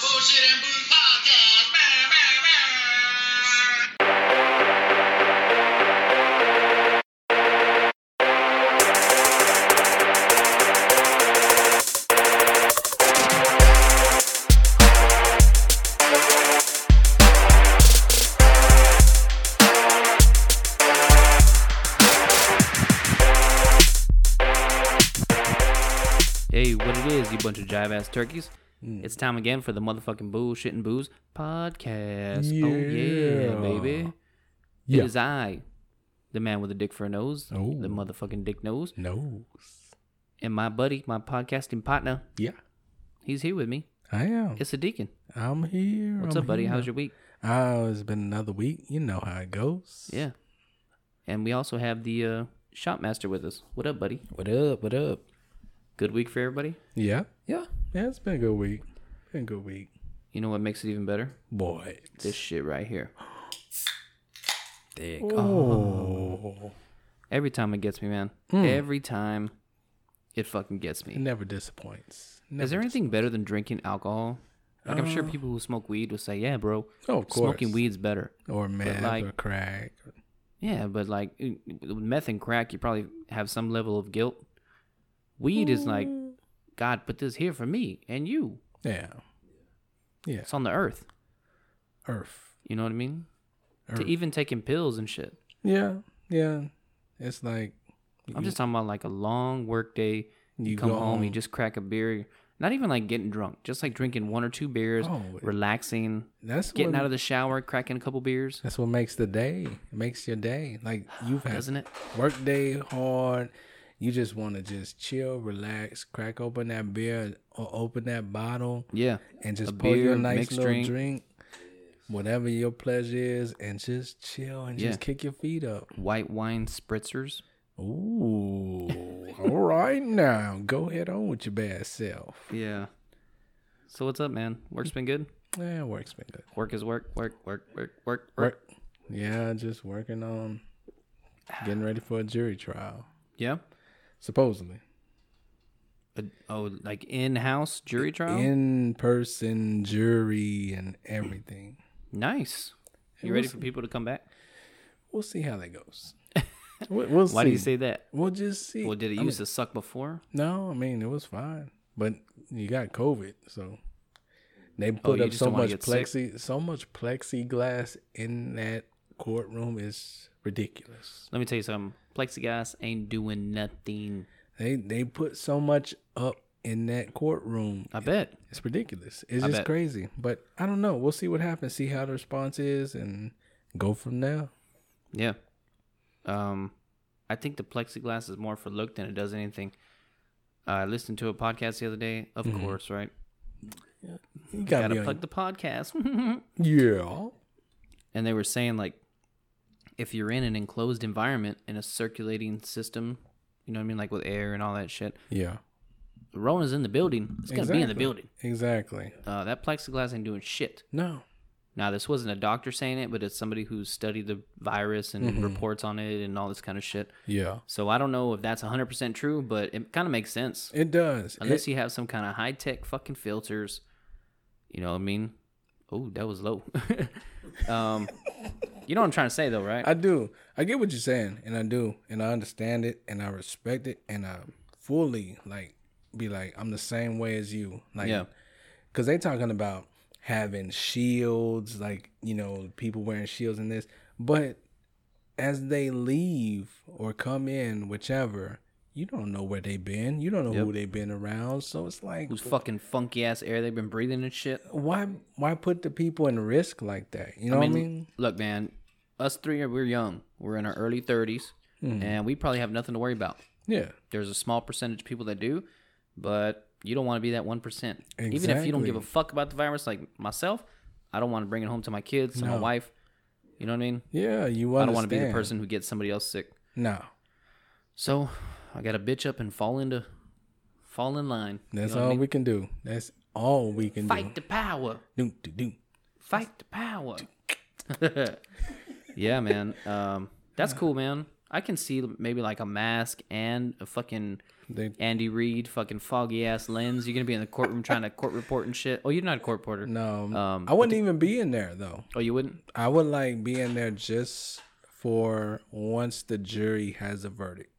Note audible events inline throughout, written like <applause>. Bullshit and Brew Podcast. Bah, bah, bah. Hey, what it is, you bunch of jive ass turkeys. Hmm. It's time again for the motherfucking Bullshit and Booze podcast. Oh, yeah, Yeah. baby. Yeah. It is I, the man with the dick for a nose, Oh. the motherfucking dick nose, No. and my buddy, my podcasting partner. Yeah. He's here with me. I am. It's a deacon. I'm here. What's I'm up, buddy? Here. How's your week? Oh, it's been another week. You know how it goes. Yeah. And we also have the uh, shop master with us. What up, buddy? What up? What up? Good week for everybody. Yeah. Yeah. Yeah, it's been a good week. Been a good week. You know what makes it even better? Boy. This shit right here. Dick. Oh. Every time it gets me, man. Hmm. Every time it fucking gets me. It never disappoints. Is Never. there anything better than drinking alcohol? Like I'm sure people who smoke weed will say, "Yeah, bro, Oh, of course. smoking weed's better." or meth like- or crack. Yeah, but like mm, with meth and crack, you probably have some level of guilt. Weed is like, Mm. God put this here for me and you. Yeah. Yeah. It's on the earth. Earth. You know what I mean? To Earth. even taking pills and shit. Yeah. Yeah. It's like I'm just talking about like a long work day. You, You come go home, you home. just crack a beer. Not even like getting drunk, just like drinking one or two beers, Oh, it- relaxing, that's getting what, out of the shower, cracking a couple beers. That's what makes the day. It makes your day. Like you've had Doesn't it? work day hard. You just want to just chill, relax, crack open that beer or open that bottle Yeah. and A just pour you beer, a nice mixed little drink. drink. whatever your pleasure is, and just chill and Yeah. just kick your feet up. White wine spritzers. <laughs> Ooh, all right now, go head on with your bad self. Yeah. So what's up, man? Work's been good. Yeah, work's been good. Work is work, work, work, work, work, work. Work. Yeah, just working on getting ready for a jury trial, Yeah. supposedly. But, oh, like in-house jury trial. in person jury and everything. nice. You It ready was- for people to come back? We'll see how that <laughs> goes. we'll, we'll Why see. do you say that? We'll just see. Well, did it I used mean, to suck before? No, I mean it was fine, but you got COVID, so they Oh, put you up just so don't wanna much get plexi, so much plexiglass in that courtroom is ridiculous. Let me tell you something. Plexiglass ain't doing nothing. They they put so much up in that courtroom. I bet. It's ridiculous. It's I just bet. crazy. But I don't know. We'll see what happens. See how the response is, and go from there. Yeah. Um, I think the plexiglass is more for look than it does anything. I listened to a podcast the other day. Of course, right? You Mm-hmm. gotta, Gotta be on plug the podcast. <laughs> Yeah. and they were saying like if you're in an enclosed environment in a circulating system you know what i mean like with air and all that shit Yeah. the rona's in the building it's gonna be in the building Exactly. uh, that plexiglass ain't doing shit No. now this wasn't a doctor saying it but it's somebody who studied the virus Mm-hmm. and reports on it and all this kind of shit Yeah. so i don't know if that's 100% true but it kind of makes sense It does. unless It- you have some kind of high-tech fucking filters you know what i mean oh that was low <laughs> um, you know what i'm trying to say though right I do. I get what you're saying, and I do, and I understand it, and I respect it, and I fully like be like, I'm the same way as you. Like, yeah because they talking about having shields, like you know, people wearing shields and this, but as they leave or come in, whichever, you don't know where they've been. You don't know who they've been around. So it's like, whose fucking funky ass air they've been breathing and shit. why, why put the people in risk like that? You know I what I mean, mean? look, man, us three are we're young. We're in our early 30s Mm-hmm. and we probably have nothing to worry about. Yeah. There's a small percentage of people that do, but you don't want to be that one percent. Even if you don't give a fuck about the virus, like myself, I don't want to bring it home to my kids, to my wife. You know what I mean? Yeah, you understand. I don't want to be the person who gets somebody else sick. No, So I got to bitch up and fall into, fall in line. that's all we can do. That's all we can Fight the power. do. Do, do, do. <laughs> fight the power. yeah, man. Um, that's cool, man. I can see maybe like a mask and a fucking They Andy Reid fucking foggy ass lens. You're gonna be in the courtroom trying to court report and shit. Oh, you're not a court reporter. no, Um, I wouldn't even be in there though. Oh, you wouldn't. I would like be in there just for once the jury has a verdict.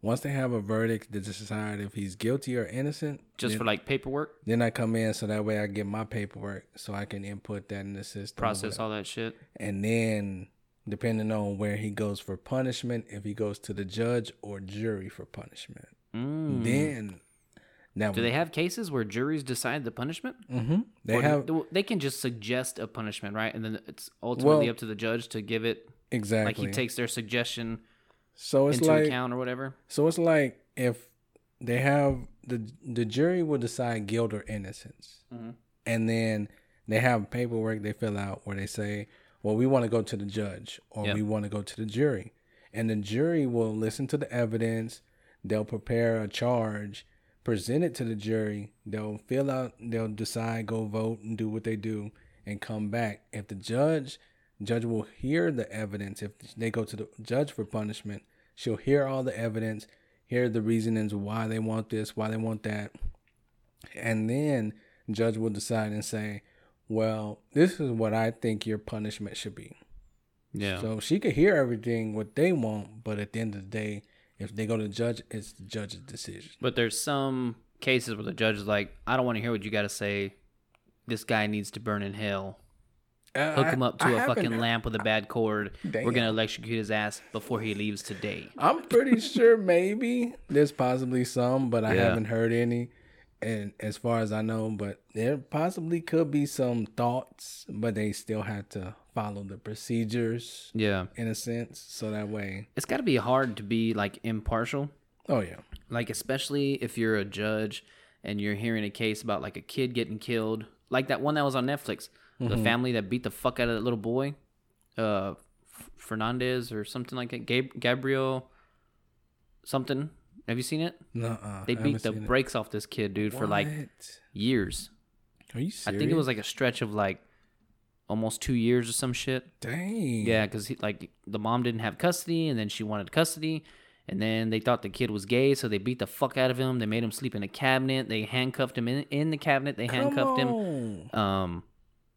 Once they have a verdict to decide if he's guilty or innocent, Just for like paperwork, then I come in so that way I get my paperwork so I can input that in the system. or process whatever. all that shit. and then depending on where he goes for punishment, if he goes to the judge or jury for punishment, Mm. then now Do they have cases where juries decide the punishment? Mhm. they Or do- have They can just suggest a punishment, right? And then it's ultimately Well, up to the judge to give it. Like exactly he takes their suggestion so it's into like account or whatever. So it's like if they have the the jury will decide guilt or innocence, Mhm. and then they have paperwork they fill out where they say, "Well, we want to go to the judge or Yeah. we want to go to the jury," and the jury will listen to the evidence. They'll prepare a charge, present it to the jury. They'll fill out. They'll decide, go vote, and do what they do, and come back. If the judge judge will hear the evidence if they go to the judge for punishment she'll hear all the evidence hear the reasonings why they want this why they want that and then judge will decide and say well this is what i think your punishment should be Yeah. so she could hear everything what they want but at the end of the day if they go to judge it's the judge's decision But there's some cases where the judge is like, I don't want to hear what you got to say. This guy needs to burn in hell. Hook him up to a a fucking lamp with a bad cord. We're Damn. going to electrocute his ass before he leaves today. <laughs> I'm pretty sure maybe there's possibly some, but I Yeah. haven't heard any. And as far as I know, but there possibly could be some thoughts, but they still had to follow the procedures Yeah. in a sense. So that way, It's got to be hard to be like impartial. oh yeah, like especially if you're a judge and you're hearing a case about like a kid getting killed like that one that was on netflix the family that beat the fuck out of that little boy uh F- fernandez or something like that Gab- gabriel something have you seen it nuh-uh, they I haven't beat the seen it. brakes off this kid dude for like What? years Are you i serious? think it was like a stretch of like almost two years or some shit dang. yeah, because like the mom didn't have custody, and then she wanted custody, and then they thought the kid was gay, so they beat the fuck out of him. They made him sleep in a cabinet. They handcuffed him in, in the cabinet. They handcuffed him. him. Um,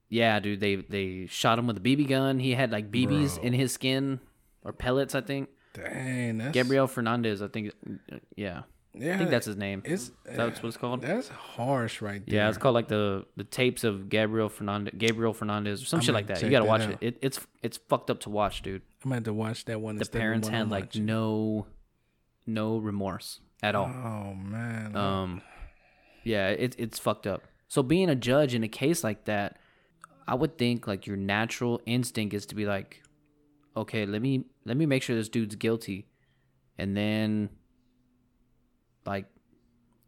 yeah, dude, they they shot him with a BB gun. He had like BBs Bro. in his skin or pellets, I think. Dang, that's Uh, Gabriel Fernandez, I think. uh, Yeah, Yeah, I think that's his name. it's That's what it's called. that's harsh right there. Yeah, it's called like the the tapes of Gabriel Fernandez, Gabriel Fernandez, or some I'm shit gonna like that. You check gotta that watch it. out. it. It's it's fucked up to watch, dude. I'm gonna have to watch that one. the parents had like no no remorse at all Oh man. um yeah it, it's fucked up so being a judge in a case like that i would think like your natural instinct is to be like okay let me let me make sure this dude's guilty and then like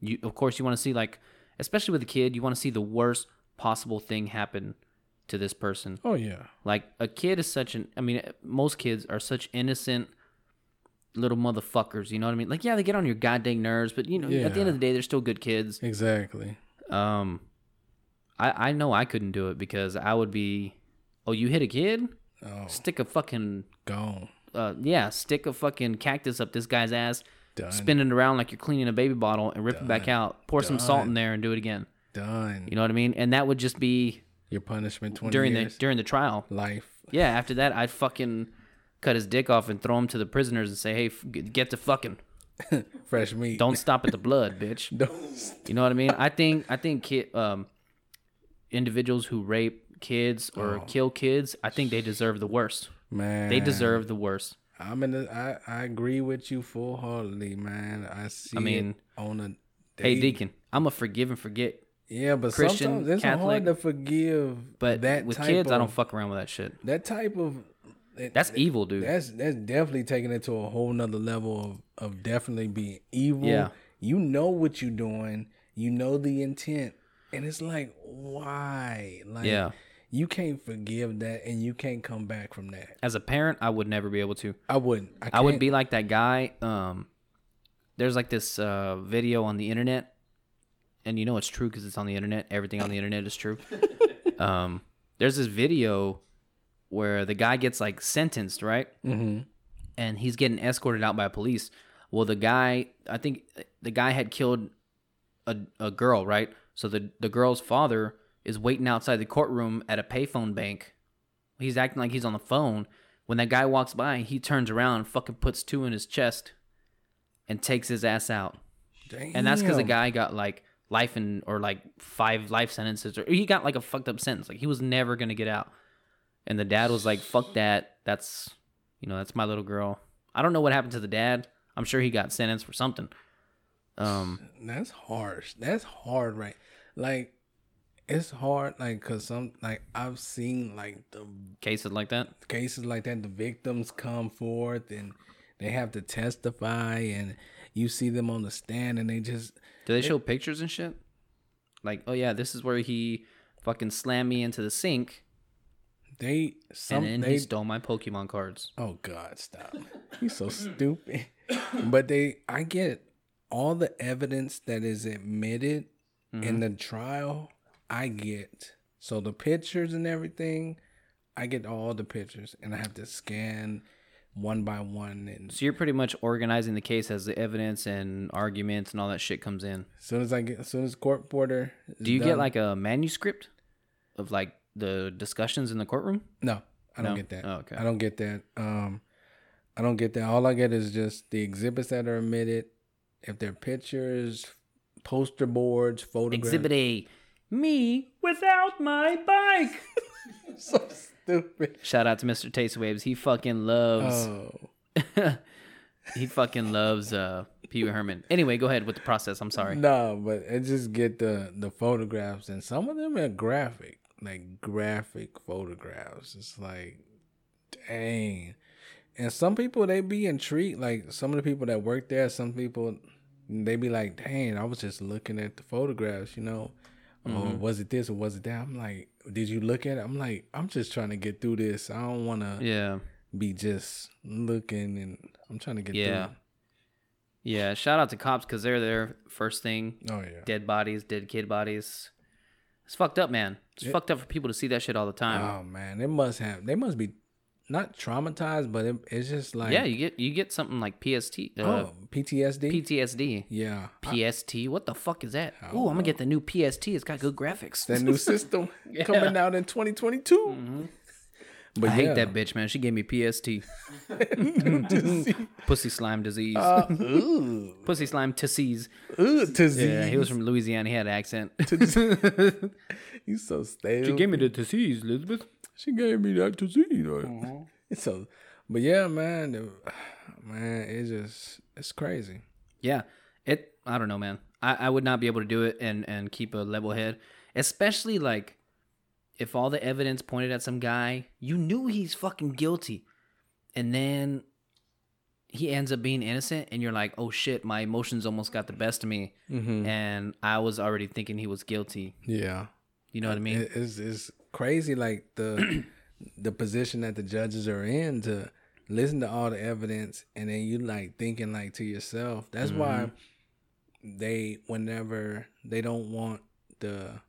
you of course you want to see like especially with a kid you want to see the worst possible thing happen to this person oh yeah. like a kid is such an I mean eh, most kids are such innocent little motherfuckers, you know what I mean? Like yeah, they get on your goddamn nerves, but you know, at the end Yeah. of the day they're still good kids. Exactly. Um I I know I couldn't do it because I would be oh, you hit a kid? Oh, Stick a fucking gone. uh yeah, stick a fucking cactus up this guy's ass, Done. spin it around like you're cleaning a baby bottle and rip it back out, pour some salt in there and do it again. Done. You know what I mean? And that would just be Your punishment twenty during years. the during the trial. life. Yeah, after that, I'd fucking cut his dick off and throw him to the prisoners and say, hey, f- g- get to fucking. Fresh meat. Don't stop at the blood, <laughs> <laughs> bitch. Don't. You know what I mean? I think, I think kid, um, individuals who rape kids or Oh. kill kids, I think they deserve the worst. Man. They deserve the worst. I'm in. The, I I agree with you full heartedly, man. I see. I mean, mean, on a. Hey, daily- Deacon, I'm a forgive and forget. Yeah, but Christian, sometimes it's Catholic, hard to forgive. But that with type kids, I of- don't fuck around with that shit. That type of. That's evil, dude. That's that's definitely taking it to a whole nother level of, of definitely being evil. Yeah. You know what you're doing, you know the intent. And it's like, why? Like Yeah. you can't forgive that and you can't come back from that. As a parent, I would never be able to. I wouldn't. I, I would can't. be like that guy. Um, there's like this uh, video on the internet, and you know it's true because it's on the internet. Everything on the internet <laughs> is true. um, Mm-hmm. there's this video where the guy gets like sentenced, right? and he's getting escorted out by police. Well, the guy, I think the guy had killed a, a girl, right? So the the girl's father is waiting outside the courtroom at a payphone bank. He's acting like he's on the phone. When that guy walks by, he turns around and fucking puts two in his chest and takes his ass out. Damn. And that's because the guy got like life and or like five life sentences or he got like a fucked up sentence. Like he was never gonna get out. And the dad was like, "Fuck that. That's you know that's my little girl." I don't know what happened to the dad. I'm sure he got sentenced for something. Um, That's harsh. That's hard, right? Like, it's hard, like, cause some, like, I've seen like the cases like that. cases like that. The victims come forth and they have to testify, and you see them on the stand, and they just Do they show pictures and shit? Like, oh yeah, this is where he fucking slammed me into the sink, they some and then they he stole my Pokemon cards. Oh God, <laughs> stop! He's so stupid. But they, I get all the evidence that is admitted Mm-hmm. in the trial. I get so the pictures and everything. I get all the pictures, and I have to scan one by one. And as So you're pretty much organizing the case as the evidence and arguments and all that shit comes in. soon as I get, as soon as court porter, Do you get like a manuscript of like the discussions in the courtroom? No, I don't No? get that. Oh, okay. I don't get that. Um, I don't get that. All I get is just the exhibits that are admitted. If they're pictures, poster boards, photographs. Exhibit A, me without my bike. <laughs> so stupid. Shout out to Mr. Taste Waves. He fucking loves. Oh, <laughs> he fucking loves uh, Pee Wee Herman. Anyway, go ahead with the process. I'm sorry. no, but I just get the the photographs, and some of them are graphic, like graphic photographs. It's like, dang. And some people they be intrigued. Like some of the people that work there, some people they be like, dang, I was just looking at the photographs, you know. Mm-hmm. Or was it this or was it that? I'm like, did you look at it? I'm like, I'm just trying to get through this. I don't want to Yeah. be just looking and I'm trying to get Yeah. Yeah, shout out to cops because they're there first thing. through. Oh yeah. Dead bodies, dead kid bodies. It's fucked up, man. It's fucked up for people to see that shit all the time. Oh man, it must have. They must be not traumatized, but it, it's just like yeah, you get you get something like PST, uh, oh PTSD. PTSD, <laughs> yeah, I- PST. What the fuck is that? Ooh, I'm gonna get the new PST. It's got good graphics. <laughs> that new system coming out in 2022. But Mm-hmm. I yeah, hate that bitch, man. She gave <laughs> me PST, <laughs> pussy slime disease, Uh, <laughs> Ooh, pussy slime disease. ooh, Yeah, he disease. was from Louisiana. He had an accent. <laughs> You so stale. Give me the disease, Elizabeth. She gave me that to see. Like. Mm-hmm. <laughs> So, but yeah, man, it- <sighs> man, it's just it's crazy. Yeah, it. I don't know, man. I, I would not be able to do it and and keep a level head, especially like if all the evidence pointed at some guy you knew he's fucking guilty, and then he ends up being innocent, and you're like, oh shit, my emotions almost got the best of me, Mm-hmm. and I was already thinking he was guilty. Yeah. You know what I mean? It- it's it's crazy like the <clears throat> the position that the judges are in to listen to all the evidence and then you like thinking like to yourself that's why Mm-hmm. they whenever they don't want the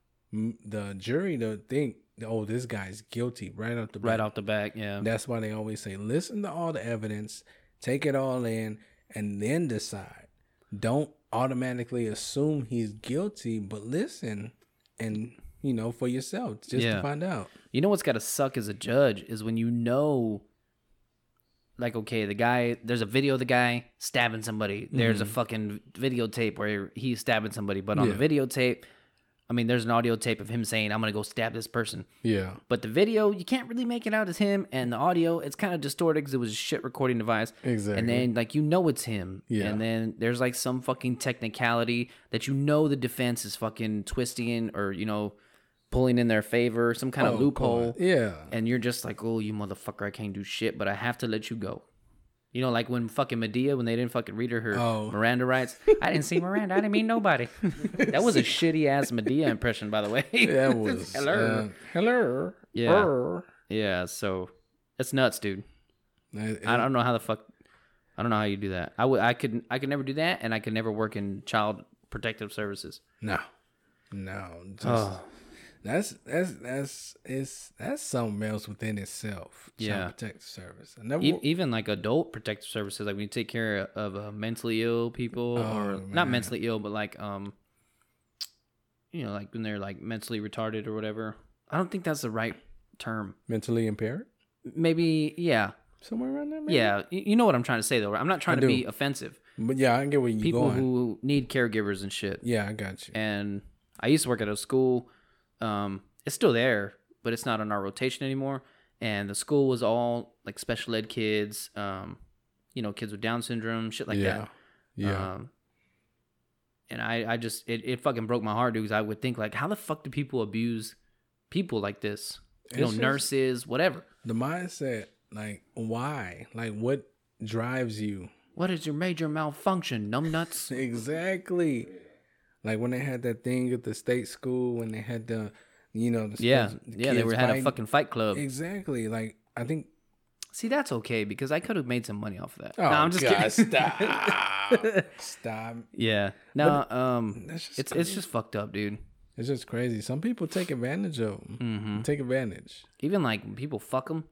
the jury to think oh this guy's guilty right off the right bat. off the back, yeah. that's why they always say listen to all the evidence take it all in and then decide don't automatically assume he's guilty but listen and you know for yourself just to Yeah. find out You know what's got to suck as a judge is when you know, like, okay, the guy, there's a video of the guy stabbing somebody. There's Mm-hmm. a fucking videotape where he's stabbing somebody. But on the videotape, I mean, there's an audio tape of him saying, I'm going to go stab this person. yeah But the video, you can't really make it out as him. And the audio, it's kind of distorted because it was a shit recording device. exactly And then, like, you know it's him. Yeah. And then there's, like, some fucking technicality that you know the defense is fucking twisting or, you know, pulling in their favor, some kind of loophole Oh, yeah and you're just like, oh, you motherfucker, I can't do shit, but I have to let you go. You know, like when fucking Medea, when they didn't fucking read her her Oh. Miranda rights. I didn't see Miranda. I didn't mean nobody. that was a shitty ass Medea impression, by the way. that was Hello. uh, hello Yeah. Err. <laughs> yeah, so it's nuts, dude. It- I don't know how the fuck. I don't know how you do that. I would. I could. I could never do that, and I could never work in child protective services. no no just, Oh. That's that's that's it's that's something else within itself. Yeah. Child Protective Service. I never. E- even like adult protective services, like when you take care of uh, mentally ill people, or Oh, not man. mentally ill, but like um, you know, like when they're like mentally retarded or whatever. I don't think that's the right term. mentally impaired. Maybe, yeah, Somewhere around there. Maybe? yeah. You, you know what I'm trying to say though. right? I'm not trying I to be do. offensive. But yeah, I get where you People going. who need caregivers and shit. yeah, I got you. and I used to work at a school. Um, it's still there, but it's not on our rotation anymore. And the school was all like special ed kids, um, you know, kids with Down syndrome, shit like yeah. that. Yeah. Um, and I, I just, it, it fucking broke my heart, dude. 'cause I would think like, how the fuck do people abuse people like this? You know, It's just- nurses, whatever. the mindset, like why, like what drives you <laughs> What is your major malfunction, numbnuts? exactly. Like when they had that thing at the state school, when they had the, you know, the yeah, the yeah. They kids were had a fighting. fucking fight club. exactly. Like I think. See, that's okay because I could have made some money off of that. Oh, no, I'm just God, kidding. Stop. <laughs> stop. Yeah. No, um That's just it's crazy. it's just fucked up, dude. It's just crazy. Some people take advantage of them. Mm-hmm. Take advantage. Even like when people fuck them.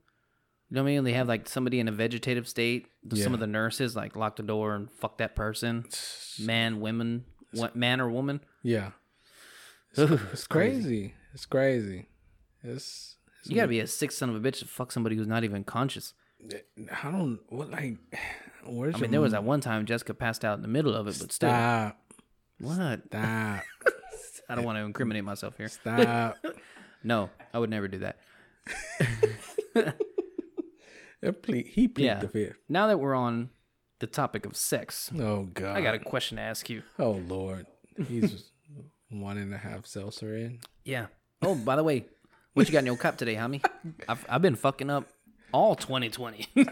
You know what I mean? They have like somebody in a vegetative state. th- Some Yeah. of the nurses like lock the door and fuck that person. Man, women, what man or woman? Yeah. It's crazy. It's crazy. It's. it's You gotta be a sick son of a bitch to fuck somebody who's not even conscious. I don't. What like? <sighs> Where's I your mean, there was that one time Jessica passed out in the middle of it, but still, stop. what? Stop. I don't want to incriminate myself here. Stop. <laughs> No, I would never do that. It ple- he pleaded Yeah. the fifth. Now that we're on the topic of sex, Oh God. I got a question to ask you. Oh Lord, he's <laughs> one and a half seltzer in. Yeah. Oh, by the way, what you got in your cup today, homie? I've, I've been fucking up all <laughs> 2020. I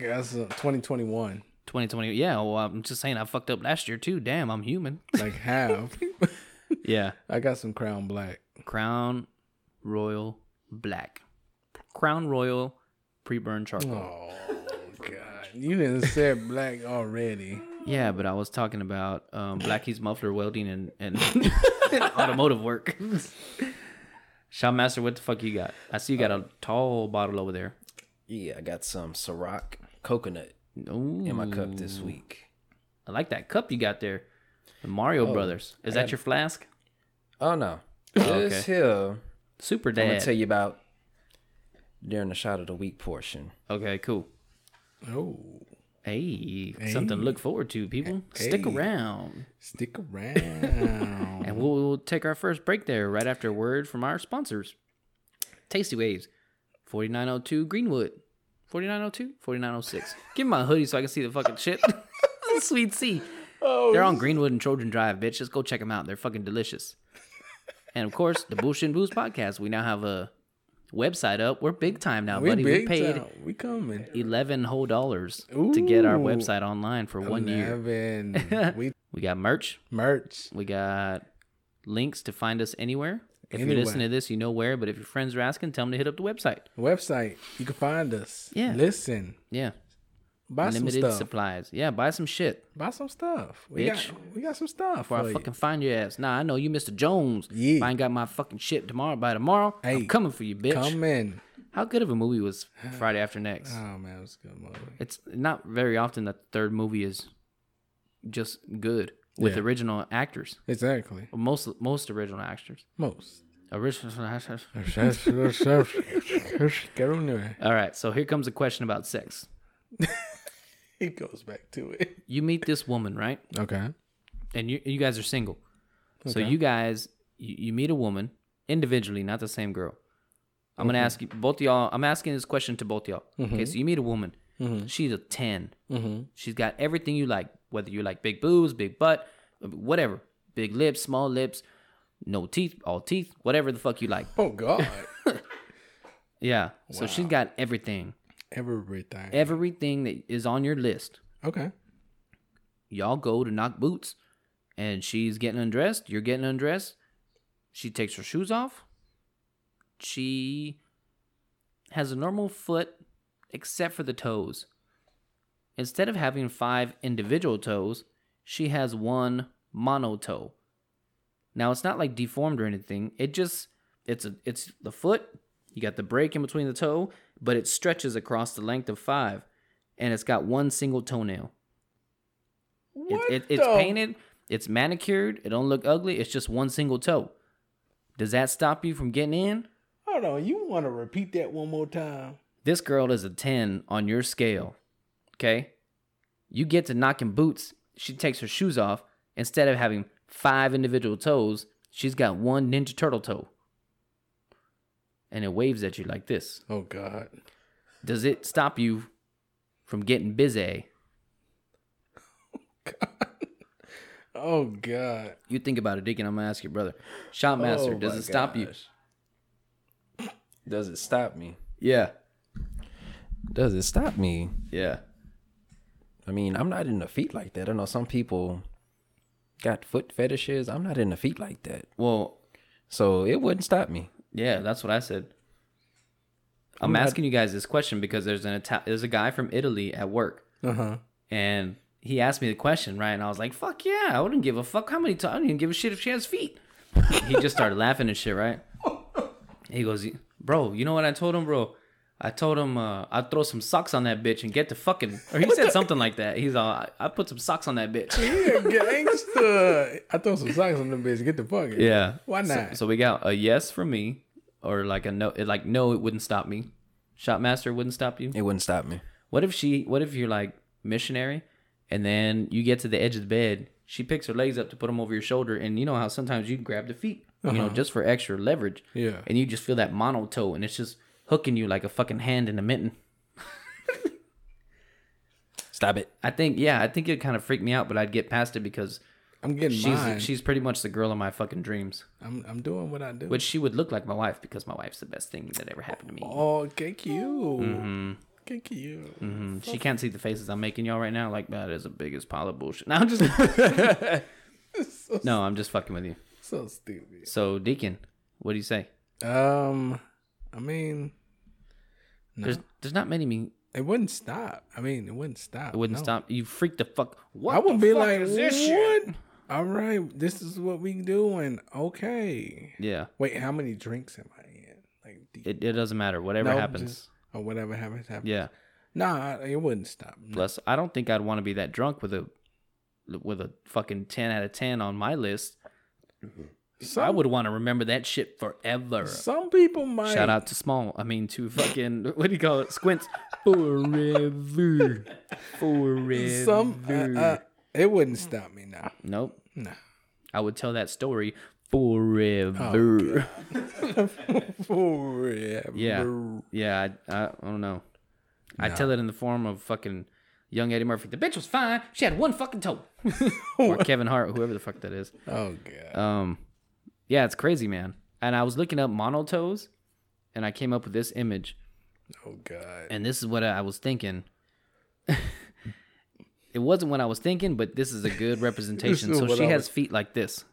guess uh, 2021, 2020. Yeah. Well, I'm just saying I fucked up last year too. Damn, I'm human. like <laughs> half. Yeah. I got some Crown Black. Crown Royal Black. Crown Royal pre burned charcoal. Oh God, you didn't say black already. Yeah, but I was talking about um, Blackie's muffler welding and, and automotive work. Shopmaster, what the fuck you got? I see you got a tall bottle over there. Yeah, I got some Ciroc coconut Ooh, in my cup this week. I like that cup you got there. The Mario Brothers. Is that your flask? Oh no, okay. this here Super I'm gonna Dad. tell you about during the shot of the week portion. Okay, cool. Oh, Hey, something to look forward to, people. Stick Hey. around. stick <laughs> around. And we'll, we'll take our first break there right after a word from our sponsors Tasty Waves, 4902 Greenwood. 4902? 4906. Give me my hoodie so I can see the fucking shit. <laughs> Sweet C. Oh, They're on Greenwood and Trojan Drive, bitch. Just go check them out. They're fucking delicious. And of course, the Bullshit and Booze podcast. We now have a website up. We're big time now, we buddy. big we paid time. We coming. 11 whole dollars to get our Ooh. website online for one year. <laughs> Eleven. we We got merch. merch. We got links to find us anywhere. If you Anywhere. listen to this, you know where. But if your friends are asking, tell them to hit up the website. Website. You can find us. Yeah. Listen. Yeah, Buy some limited stuff. supplies. Yeah, buy some shit Buy some stuff. We got Bitch. we got some stuff. before for I you. fucking find your ass. Nah, I know you, Mister Jones. Yeah. If I ain't got my fucking shit tomorrow. By tomorrow, Hey, I'm coming for you, bitch. Come in. How good of a movie was Friday After Next? Oh man, it was a good movie. it's not very often that the third movie is just good with Yeah. original actors. Exactly. Most most original actors. Most. Original <laughs> actors. Get on there. All right, so here comes a question about sex. He goes back to it. You meet this woman, right? Okay. and you you guys are single. So you guys you, you meet a woman individually, not the same girl. I'm gonna ask you both y'all. I'm asking this question to both y'all. Okay, so you meet a woman. She's a 10 Mm-hmm. She's got everything you like, whether you like big boobs, big butt, whatever, big lips, small lips, no teeth, all teeth, whatever the fuck you like. Oh <laughs> God. Yeah. So she's got everything, Everything. everything that is on your list. okay. y'all go to knock boots and she's getting undressed you're getting undressed she takes her shoes off she has a normal foot except for the toes instead of having five individual toes she has one mono toe now it's not like deformed or anything it just It's a it's the foot. You got the break in between the toe, but it stretches across the length of five, and it's got one single toenail. It, What it, it's the- painted. It's manicured. It don't look ugly. It's just one single toe. Does that stop you from getting in? Hold on, you want to repeat that one more time? This girl is a 10 on your scale. Okay? You get to knocking boots. She takes her shoes off. Instead of having five individual toes, she's got one Ninja Turtle toe. And it waves at you like this. Oh God. Does it stop you from getting busy? Oh God. You think about it, Deacon. I'm going to ask your brother. Shopmaster, Oh, does my it stop you? gosh. Does it stop me? Yeah. Does it stop me? Yeah. I mean, I'm not into feet like that. I know some people got foot fetishes. I'm not into feet like that. Well, So it wouldn't stop me. Yeah, that's what I said. I'm not- asking you guys this question because there's an Ita- there's a guy from Italy at work, Uh-huh. and he asked me the question, right? And I was like, "Fuck yeah, I wouldn't give a fuck how many times. I don't even give a shit if she has feet." he just started laughing and shit, right? He goes, "Bro, you know what I told him, bro? I told him uh, I'd throw some socks on that bitch and get the fucking." Or he said something like that. He's all, "I- "I put some socks on that bitch." Yeah, gangster. I throw some socks on them bitch. Get the fuck. out. Yeah. Why So- So, not? we got a yes from me, or like a no. It like no, it wouldn't stop me. Shopmaster wouldn't stop you. It wouldn't stop me. What if she? What if you're like missionary, and then you get to the edge of the bed. She picks her legs up to put them over your shoulder, and you know how sometimes you grab the feet, you know, just for extra leverage. Uh-huh. Yeah. And you just feel that mono toe, and it's just hooking you like a fucking hand in a mitten. Stop it. I think, yeah, I think it kind of freaked me out, but I'd get past it because I'm getting she's mine. she's pretty much the girl of my fucking dreams. I'm I'm doing what I do. Which she would look like my wife because my wife's the best thing that ever happened to me. oh, thank you. Mm-hmm. Thank you. <laughs> Mm, She can't see the faces I'm making y'all right now. Like that is the biggest pile of bullshit. <laughs> No, I'm just <laughs> no, I'm just fucking with you. So stupid. So Deacon, what do you say? Um, I mean, There's there's not many me. it wouldn't stop. I mean, it wouldn't stop. It wouldn't no. stop. You freak the fuck. What? I would be like, is what? this shit?" All right, this is what we doing. Okay. Yeah. Wait, how many drinks am I in? Like, do- It, it doesn't matter. Whatever Nope, happens. just- or whatever happens, happens. Yeah. Nah, I- it wouldn't stop. No. Plus, I don't think I'd want to be that drunk with a with a fucking ten out of ten on my list. I Some, would want to remember that shit forever. some people might. Shout out to Small. I mean, to fucking <laughs> what do you call it? Squints forever, forever. Some, uh, uh, it wouldn't stop me now. <laughs> nope. Nah. I would tell that story forever. Oh, Forever. yeah, yeah. I, I, I don't know. I tell it in the form of fucking young Eddie Murphy. The bitch was fine. She had one <laughs> fucking toe. or Kevin Hart, whoever the fuck that is. Oh god. Um, yeah, it's crazy, man. And I was looking up mono toes, and I came up with this image. Oh god. <laughs> and this is what I was thinking. <laughs> it wasn't what I was thinking, but this is <laughs> a good representation. is so what she I has was- feet like this.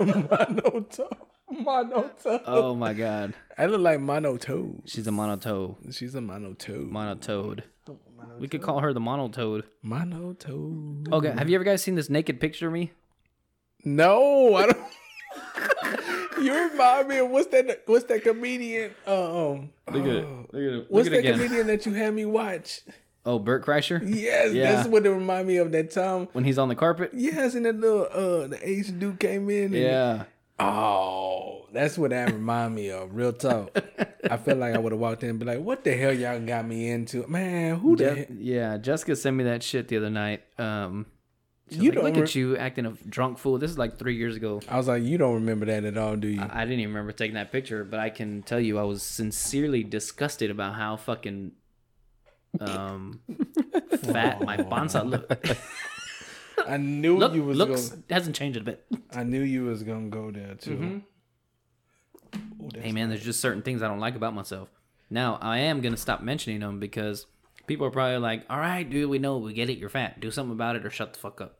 mono toe. Mono toe. Oh <laughs> my god, I look like mono toes. she's a monotoe, She's a mono toe. monotoed. We could call her the monotoed. Mono toe. Okay, have you ever guys seen this naked picture of me? No, I don't. <laughs> you remind me of what's that? What's that comedian? Um, Look at it. oh, Look at it. What's Look that at it again. comedian that you had me watch? Oh, Bert Kreischer Yes, Yeah. that's what it remind me of. That time. when he's on the carpet. Yes, and that little uh, the Asian dude came in. And, Yeah. Oh, that's what that remind me of. Real talk. I feel like I would have walked in and be like, "What the hell y'all got me into? Man, who the Je- hell? yeah, Jessica sent me that shit the other night. Um, she was You like, don't look re- at you acting a drunk fool. This is like three years ago. I was like, "You don't remember that at all, do you?" I didn't even remember taking that picture, but I can tell you I was sincerely disgusted about how fucking um <laughs> fat my bonsa looked. I knew Look, <laughs> you was looks gonna. hasn't changed a bit. I knew you was gonna go there too. Mm-hmm. Ooh, that's- Hey man, there's just certain things I don't like about myself. Now I am gonna stop mentioning them because people are probably like, "All right, dude, we know, we get it. You're fat. Do something about it, or shut the fuck up."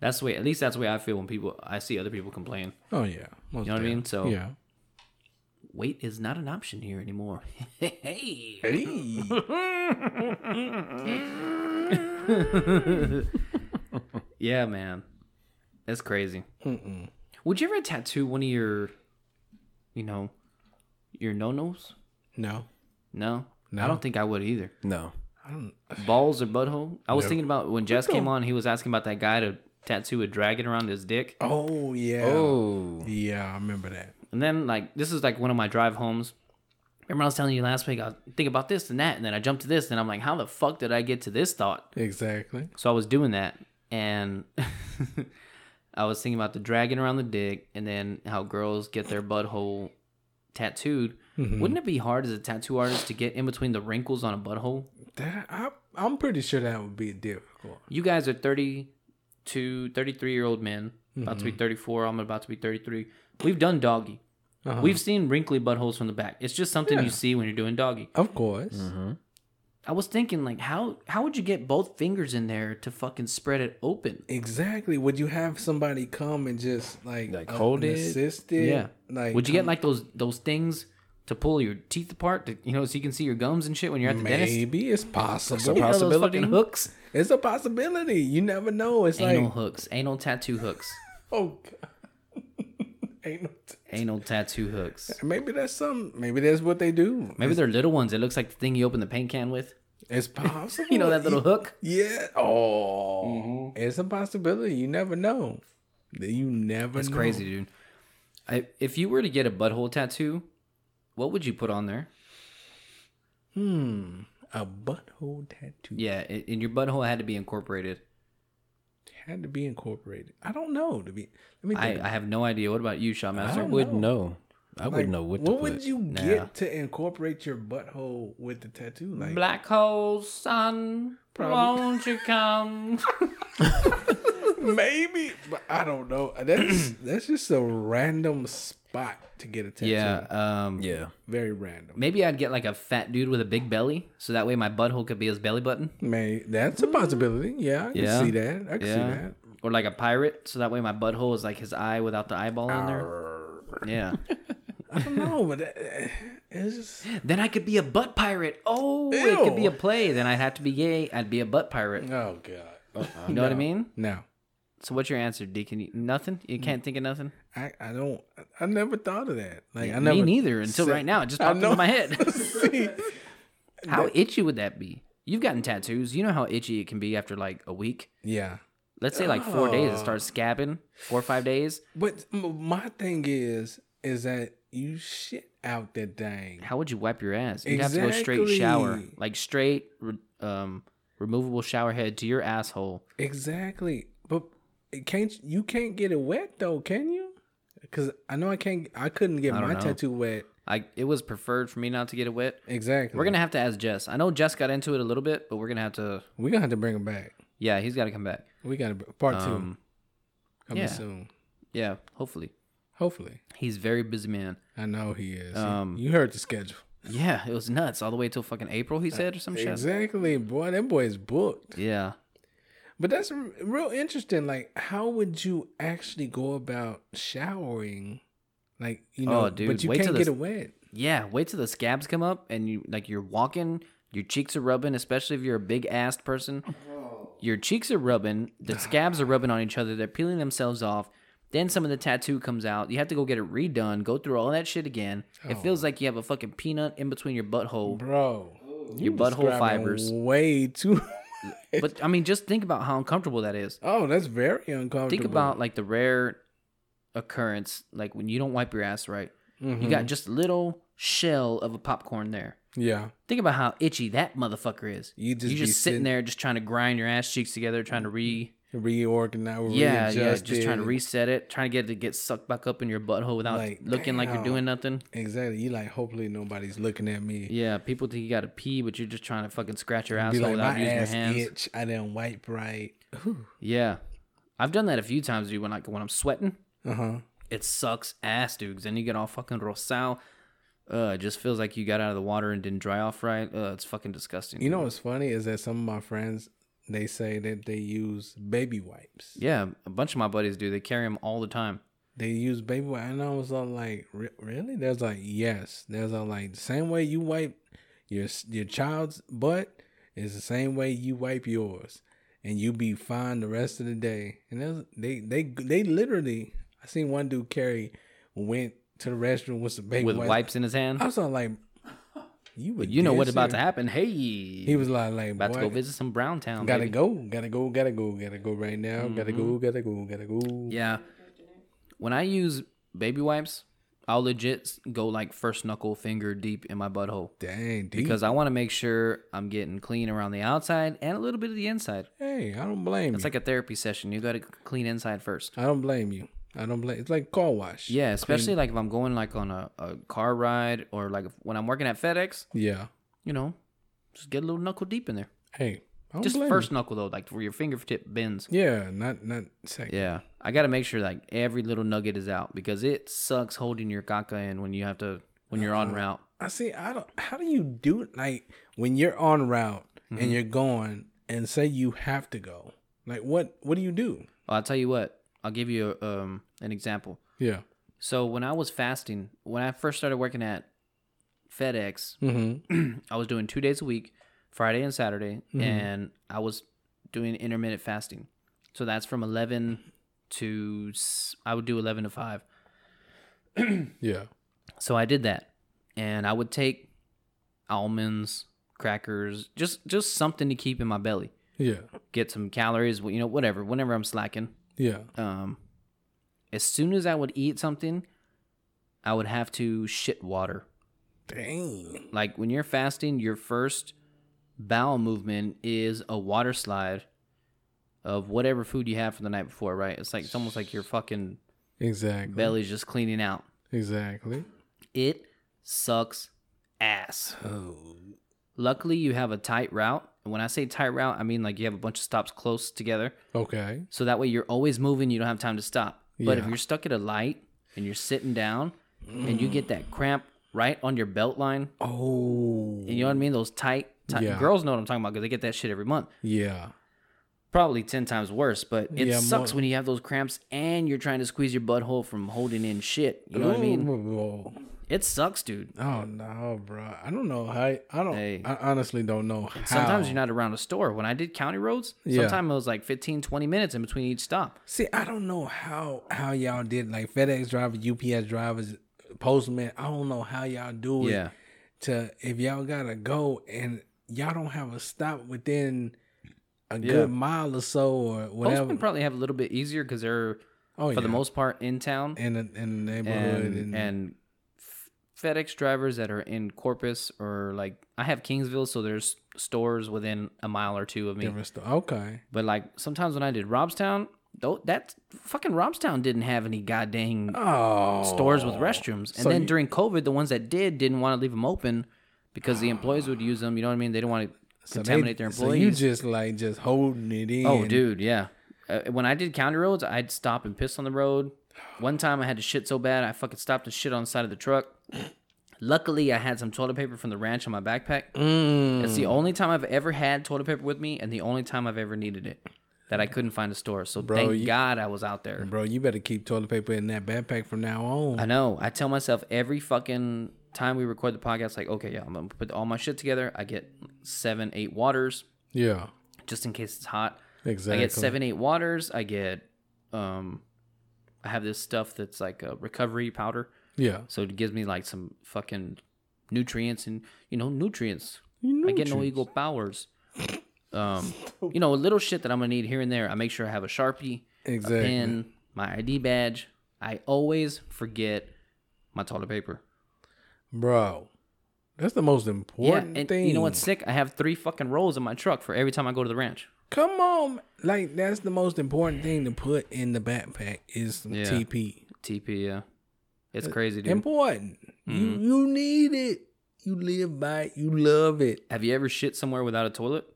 That's the way. At least that's the way I feel when people I see other people complain. Oh yeah, Most You know what I mean? So definitely. Yeah. weight is not an option here anymore. <laughs> hey. Hey. <laughs> Yeah, man. That's crazy. Would you ever tattoo one of your, you know, your no nos? No, No, No. I don't think I would either. No. I don't. Balls or butthole? I was No. thinking about when Jess came on. He was asking about that guy to tattoo a dragon around his dick. Oh yeah. Oh. Yeah, I remember that. And then like this is like one of my drive homes. Remember I was telling you last week I was thinking about this and that, and then I jumped to this, and I'm like, how the fuck did I get to this thought? Exactly. So I was doing that, and <laughs> I was thinking about the dragon around the dick, and then how girls get their butthole tattooed. Mm. Mm-hmm. Wouldn't it be hard as a tattoo artist to get in between the wrinkles on a butthole? That I, I'm pretty sure that would be difficult. You guys are 32, 33 year old men, about to be 34. I'm about to be 33. We've done doggy. Uh-huh. We've seen wrinkly buttholes from the back. It's just something you see when you're doing doggy. Of course. Mm. I was thinking, like, how how would you get both fingers in there to fucking spread it open? Exactly. Would you have somebody come and just like Like, uh, hold and it? assist it? Yeah. Like would you get um, like those those things to pull your teeth apart, to, you know, so you can see your gums and shit when you're at the dentist? maybe it's possible. You know those possibility? fucking hooks, It's a possibility. You never know. It's <laughs> anal like hooks, anal tattoo hooks, oh, God. <laughs> ain't no t- anal tattoo hooks. maybe that's some. Maybe that's what they do. Maybe they're little ones. It looks like the thing you open the paint can with. It's possible. <laughs> You know that Mm-hmm. little hook. Yeah. Oh, it's a possibility. You never know. You never. It's know. crazy, dude. I, if you were to get a butthole tattoo, what would you put on there? Hmm. A butthole tattoo Yeah, a- and your butthole had to be incorporated. had to be incorporated. I don't know. To be. Let me. I, think. I have no idea. What about you, I Shawmaster? don't would know. know. I would Like, know what to what put. would you Nah. get to incorporate your butthole with the tattoo? Like Black hole sun, Probably. won't you come? <laughs> maybe, but I don't know. Uh, <clears throat> That's that's just a random spot to get a tattoo. yeah, um, Yeah. very random. Maybe I'd get like a fat dude with a big belly, so that way my butthole could be his belly button, May that's a possibility. Yeah, I can Mm. Yeah. see that. I can Yeah. see that. or like a pirate, so that way my butthole is like his eye without the eyeball in there. <laughs> Yeah. I don't know, but that, it's just Then I could be a butt pirate. Oh, it could be Ew. a play. Then I'd have to be gay. I'd be a butt pirate. oh god. <laughs> You know what I mean? No, So what's your answer, Deacon? You- Nothing? You can't think of nothing? I I don't. I never thought of that. Like I never. Me neither until said- right now. It just I popped know. into my head. <laughs> See, how itchy would that be? You've gotten tattoos. You know how itchy it can be after like a week. yeah. Let's say like four days, it starts scabbing. Four or five days. But m- my thing is, is that you shit out that thing. How would you wipe your ass? You'd have to go straight shower. Exactly. Like straight re- um, removable shower head to your asshole. Exactly. But it can't you can't get it wet though, can you? Because I know I can't. I couldn't get I don't my know. tattoo wet. I, it was preferred for me not to get it wet. Exactly. We're gonna have to ask Jess. I know Jess got into it a little bit, but we're gonna have to. we're gonna have to bring him back. Yeah, he's got to come back. We got to part Um, two coming yeah. soon. yeah, hopefully. Hopefully, He's a very busy man. I know he is. Um, you heard the schedule. Yeah, it was nuts all the way till fucking April. He said or some shit. Exactly, boy. That boy is booked. Yeah, But that's r- real interesting. Like, how would you actually go about showering? Like, you know, Oh, dude, but you wait can't till get this- it wet. yeah. Wait till the scabs come up and you like you're walking, your cheeks are rubbing, especially if you're a big assed person. Your cheeks are rubbing, the scabs are rubbing on each other. They're peeling themselves off. Then some of the tattoo comes out. You have to go get it redone. Go through all that shit again. It feels like you have a fucking peanut in between your butthole. Bro, Your you butthole describing fibers. Way too. <laughs> But I mean, just think about how uncomfortable that is. <laughs> oh, that's very uncomfortable. Think about like the rare occurrence, like when you don't wipe your ass right. Mm-hmm. You got just little shell of a popcorn there. yeah, Think about how itchy that motherfucker is. You just you be just sitting, sitting- there, just trying to grind your ass cheeks together, trying to re reorganize. yeah yeah, readjust just trying to it. reset it, trying to get it to get sucked back up in your butthole without Like, looking like you're damn. doing nothing. Exactly. You like. Hopefully, nobody's looking at me. Yeah, people think you got to pee, but you're just trying to fucking scratch your Be asshole like, without my using your ass hands. itch. I didn't wipe right. Yeah, I've done that a few times, dude. When like when I'm sweating, Uh huh. it sucks ass, dude. 'cause then you get all fucking rosado. Uh, it just feels like you got out of the water and didn't dry off right. Uh, it's fucking disgusting. You know what's funny is that some of my friends they say that they use baby wipes. Yeah, a bunch of my buddies do. They carry them all the time. They use baby wipe, and I was on like, "Re- really? There's like, yes. There's a like, the same way you wipe your s- your child's butt is the same way you wipe yours, and you be fine the rest of the day. And there's- they they they literally, I seen one dude carry went to the restroom with some baby with wipes. wipes in his hand. I was all like, you would. you know what's about to happen. Hey, He was like, like about to boy, go visit some Brown Town. Gotta baby. Mm-hmm. go, gotta go, gotta go, gotta go right now. Gotta go, gotta go, gotta go. Yeah. When I use baby wipes, I'll legit s- go like first knuckle finger deep in my butthole Dang, dude. because I want to make sure I'm getting clean around the outside and a little bit of the inside. hey, I don't blame It's you. like a therapy session. You got to clean inside first. I don't blame you. I don't blame. It's like car wash. Yeah, especially like if I'm going like on a, a car ride or like if, when I'm working at FedEx, Yeah. you know, just get a little knuckle deep in there. Hey, I don't Just blame first knuckle though, like where your fingertip bends. You. Yeah, not not second. Yeah, I got to make sure like every little nugget is out because it sucks holding your caca in when you have to when you're on route. I see. I don't. How do you do it? Like when you're on route Mm-hmm. and you're going, and say you have to go. Like what? What do you do? Well, I'll tell you what. I'll give you um, an example. Yeah. So when I was fasting, when I first started working at FedEx, <clears throat> Mm-hmm. I was doing two days a week, Friday and Saturday, and I was doing intermittent fasting. So that's from eleven to s- I would do eleven to five. Yeah. So I did that, and I would take almonds, crackers, just just something to keep in my belly, Yeah. get some calories, you know, whatever. Whenever I'm slacking, Yeah. um, as soon as I would eat something, I would have to shit water. Dang. Like when you're fasting, your first bowel movement is a water slide of whatever food you had from the night before, right? It's like it's almost like your fucking Exactly. belly's just cleaning out. Exactly. It sucks ass. Oh. Luckily, you have a tight route. And when I say tight route, I mean like you have a bunch of stops close together. Okay. So that way you're always moving, you don't have time to stop. But if Yeah. you're stuck at a light and you're sitting down and you get that cramp right on your belt line, Oh. and you know what I mean? Those tight, tight Yeah. girls know what I'm talking about because they get that shit every month. Yeah. Probably 10 times worse, but it Yeah, sucks mo- when you have those cramps and you're trying to squeeze your butthole from holding in shit. You know what I mean? Ooh. It sucks, dude. Oh no, bro. I don't know how. I don't. Hey. I honestly don't know how. Sometimes you're not around a store. When I did county roads, Yeah. sometimes it was like 15, 20 minutes in between each stop. See, I don't know how how y'all did like FedEx drivers, UPS drivers, postman. I don't know how y'all do it Yeah. to if y'all gotta go and y'all don't have a stop within a Yeah. good mile or so or whatever. Postmen probably have a little bit easier because they're, oh, for the yeah. most part, in town. in the, in the neighborhood and, and, and, F- FedEx drivers that are in Corpus or like I have Kingsville, so there's stores within a mile or two of me. different stuff. Okay, But like sometimes when I did Robstown, though that fucking Robstown didn't have any goddamn oh, stores with restrooms. And so then you- during COVID, the ones that did didn't want to leave them open because the employees would use them. You know what I mean? They didn't want to So they- contaminate their So you employees. just like just holding it in. oh, dude, yeah. Uh, when I did county roads, I'd stop and piss on the road. One time I had to shit so bad, I fucking stopped and shit on the side of the truck. Luckily, I had some toilet paper from the ranch in my backpack. Mm. It's the only time I've ever had toilet paper with me, and the only time I've ever needed it that I couldn't find a store. So thank you- God I was out there. Bro, you better keep toilet paper in that backpack from now on. I know. I tell myself every fucking time we record the podcast, like, okay, yeah, I'm gonna put all my shit together. I get seven, eight waters yeah, just in case it's hot. exactly. I get seven, eight waters. I get, um, I have this stuff that's like a recovery powder, Yeah, so it gives me like some fucking nutrients and you know nutrients. I get no equal powers. Um, you know, little shit that I'm gonna need here and there. I make sure I have a sharpie, exactly. pin, my ID badge. I always forget my toilet paper. bro. That's the most important yeah, and thing. you know what's sick? I have three fucking rolls in my truck for every time I go to the ranch. Come on, like that's the most important thing to put in the backpack is some Yeah. TP. TP, yeah, it's crazy, dude. Important. Mm-hmm. You you need it. You live by it. You love it. Have you ever shit somewhere without a toilet?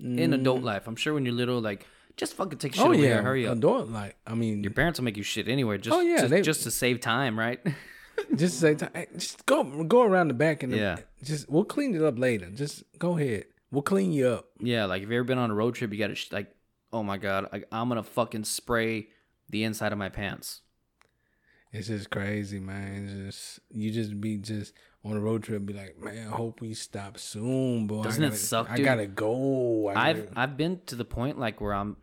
In adult life, I'm sure when you're little, like just fucking take a shit Mm. oh over yeah, here, hurry up. Adult life. I mean, Your parents will make you shit anyway, just Oh, yeah, just, they- just to save time, right? <laughs> just say, t- hey, just go go around the back and Yeah. just we'll clean it up later. Just go ahead. We'll clean you up. yeah, like if you ever been on a road trip, you gotta sh- like, oh my god, like, I'm gonna fucking spray the inside of my pants. It's just crazy, man. It's just you just be just on a road trip, be like, man, I hope we stop soon, boy. I Doesn't it gotta- suck, I dude? gotta go. I I've gotta-" I've been to the point like where I'm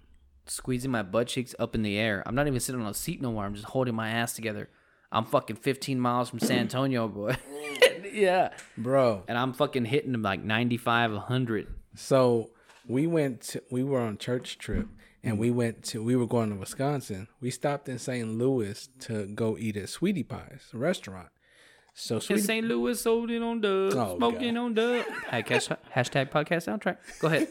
squeezing my butt cheeks up in the air. I'm not even sitting on a seat no more. I'm just holding my ass together. I'm fucking 15 miles from San Antonio, boy. <laughs> yeah. bro. And I'm fucking hitting them like 95, 100. So we went. To, we were on church trip, and we went to. We were going to Wisconsin. We stopped in St. Louis to go eat at Sweetie Pie's restaurant. So In Sweetie, St. Louis, holding on dub, Oh, smoking God. on dub. Hey, cash, hashtag podcast soundtrack. Go ahead.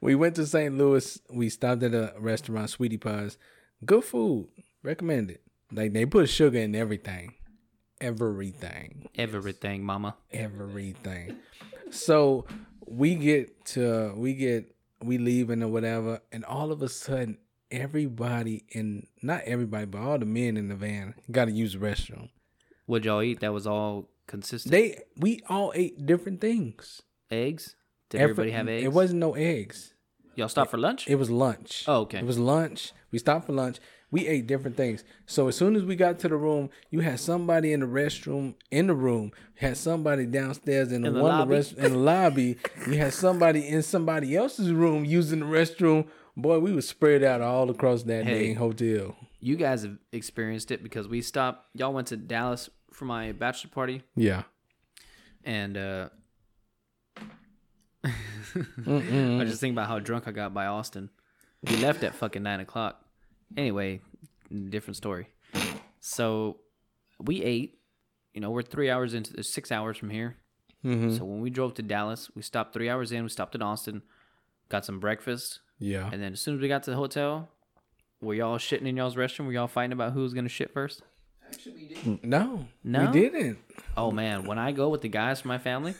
we went to St. Louis. We stopped at a restaurant, Sweetie Pie's. Good food, recommend it. Like they put sugar in everything, everything. Everything, mama. everything. So we get to we get we leaving or whatever, and all of a sudden everybody in not everybody, but all the men in the van gotta use the restroom. What y'all eat? That was all consistent. They we all ate different things. eggs? Did Every- everybody have eggs? It wasn't no eggs. Y'all stop for lunch? It was lunch. Oh, okay. It was lunch. We stopped for lunch. We ate different things. So as soon as we got to the room, you had somebody in the restroom in the room, had somebody downstairs in, In the one of lobby. the rest in the lobby. You had somebody in somebody else's room using the restroom. Boy, we was spread out all across that Hey. dang hotel. you guys have experienced it because we stopped. Y'all went to Dallas for my bachelor party, Yeah. and uh, I Mm-mm. was just thinking about how drunk I got by Austin. We left at fucking nine o'clock. Anyway, different story. So we ate. You know, we're three hours into six hours from here. Mhm. So when we drove to Dallas, we stopped three hours in. We stopped in Austin, got some breakfast, Yeah. and then as soon as we got to the hotel, were y'all shitting in y'all's restroom? Were y'all fighting about who was gonna shit first? No. No? We didn't. Oh man, when I go with the guys from my family,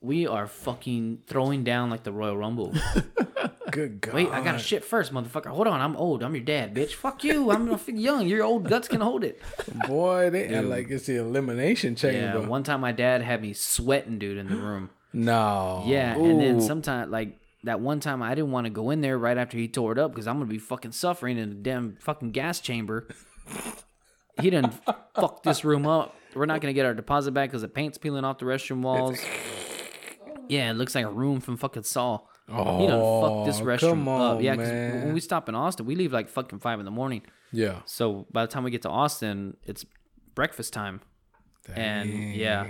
we are fucking throwing down like the Royal Rumble. Good God. <laughs> Wait, I gotta shit first, motherfucker. Hold on, I'm old. I'm your dad, bitch. Fuck you. I'm fucking young. Your old guts can hold it. Boy, they act like it's the elimination Yeah. chamber. One time, my dad had me sweating, dude, in the room. no. Yeah, and then Ooh. sometime like that one time I didn't want to go in there right after he tore it up because I'm gonna be fucking suffering in a damn fucking gas chamber. he done <laughs> fucked this room up. We're not gonna get our deposit back because the paint's peeling off the restroom walls. Yeah, it looks like a room from fucking Saw. Oh, He done fucked this restroom come on, up. Yeah, because man. when we stop in Austin, we leave like fucking five in the morning. Yeah. So by the time we get to Austin, it's breakfast time. And yeah,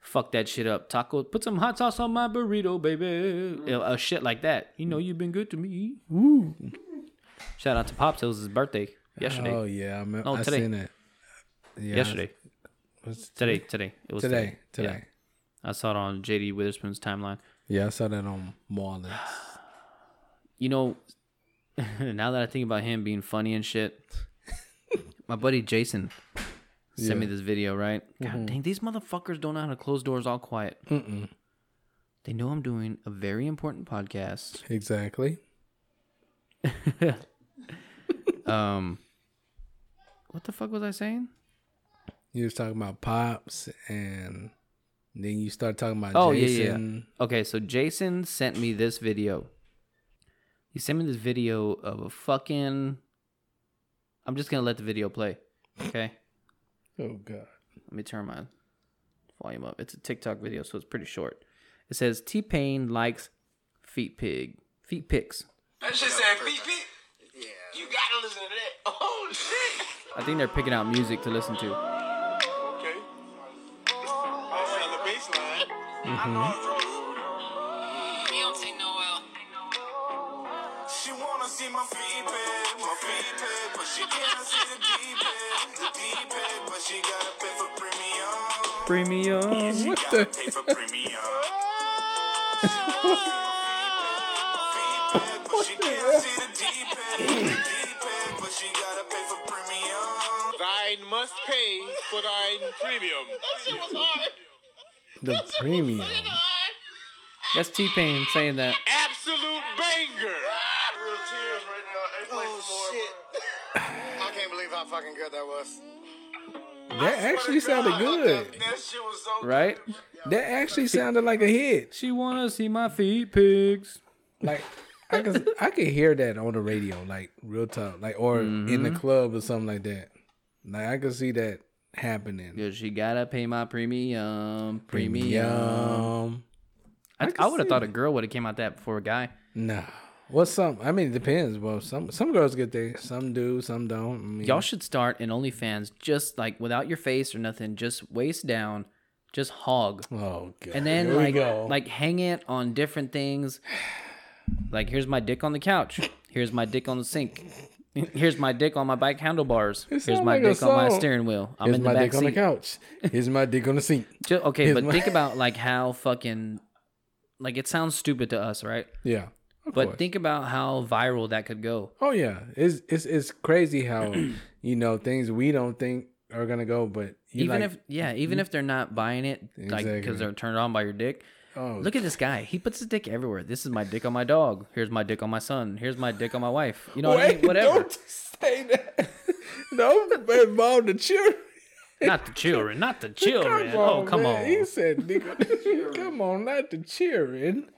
fuck that shit up. Taco, put some hot sauce on my burrito, baby. You know, uh, shit like that. You know, you've been good to me. Woo. Shout out to Pops. It was his birthday yesterday. Oh yeah, I remember. No, I today. seen it. Yeah, yesterday. was- Today, today. It was today. Today. Today. I saw it on JD Witherspoon's timeline. Yeah. I saw that on Marlins. You know, <laughs> now that I think about him being funny and <laughs> shit, my buddy Jason sent me Yeah. Mm-hmm. this video, right? God dang, these motherfuckers don't know how to close doors all quiet. Mm-mm. They know I'm doing a very important podcast. Exactly. Um, what the fuck was I saying? You was talking about pops, and then you start talking about Oh, yeah, yeah. Jason. Okay, so Jason sent me this video. He sent me this video of a fucking. I'm just gonna let the video play. Okay, Oh god. let me turn my volume up. It's a TikTok video, so it's pretty short. It says T Pain likes feet pig feet pics. That shit said beep beep. Yeah. You gotta listen to that. Oh shit. I think they're picking out music to listen to. Okay. I sound the bass line. We don't take no L. She wanna see my feet pad, my feet pad, but she can't see the deep end, the deep end, but she gotta pay for premium. Premium. She What gotta the? pay for <laughs> premium. But she can't see the deep end, the deep end, but she gotta pay for premium. Thine must pay for thine premium. The premium. That's T Pain saying that. Absolute banger. I can't believe how fucking good that was. That actually sounded good. That shit was so Right? That <laughs> actually sounded like a hit. She wanna see my feet pigs. Like I could I could hear that on the radio, like real talk, like or in Mm-hmm. the club or something like that. Like I could see that happening. Cause she gotta pay my premium, premium. Premium. I, can I would have see thought a that. girl would have came out that before a guy. Nah. Well, some. I mean, it depends. Well, some some girls get there. Some do. Some don't. I mean, Y'all should start an OnlyFans just like without your face or nothing, just waist down, just hog. Oh god. And then Here we like go. like hang it on different things. Like here's my dick on the couch. Here's my dick on the sink. Here's my dick on my bike handlebars. Here's sound my like a dick on my song. steering wheel. I'm here's in the my back dick seat. on the couch. Here's my dick on the seat. Ju- okay, Here's but my- think about like how fucking like it sounds stupid to us, right? Yeah. Of But course. think about how viral that could go. Oh yeah, it's it's it's crazy <clears throat> how you know things we don't think are gonna go, but you even like, if yeah, even if they're not buying it, like Exactly. because they're turned on by your dick. oh, Look at this guy. He puts his dick everywhere. This is my dick on my dog. Here's my dick on my son. Here's my dick on my wife. You know what I mean? Wait, Whatever. Don't say that. <laughs> Don't involve the children. Not the <laughs> children. Not the children. oh, come man. on. He said, <laughs> nigga, come on, not the children.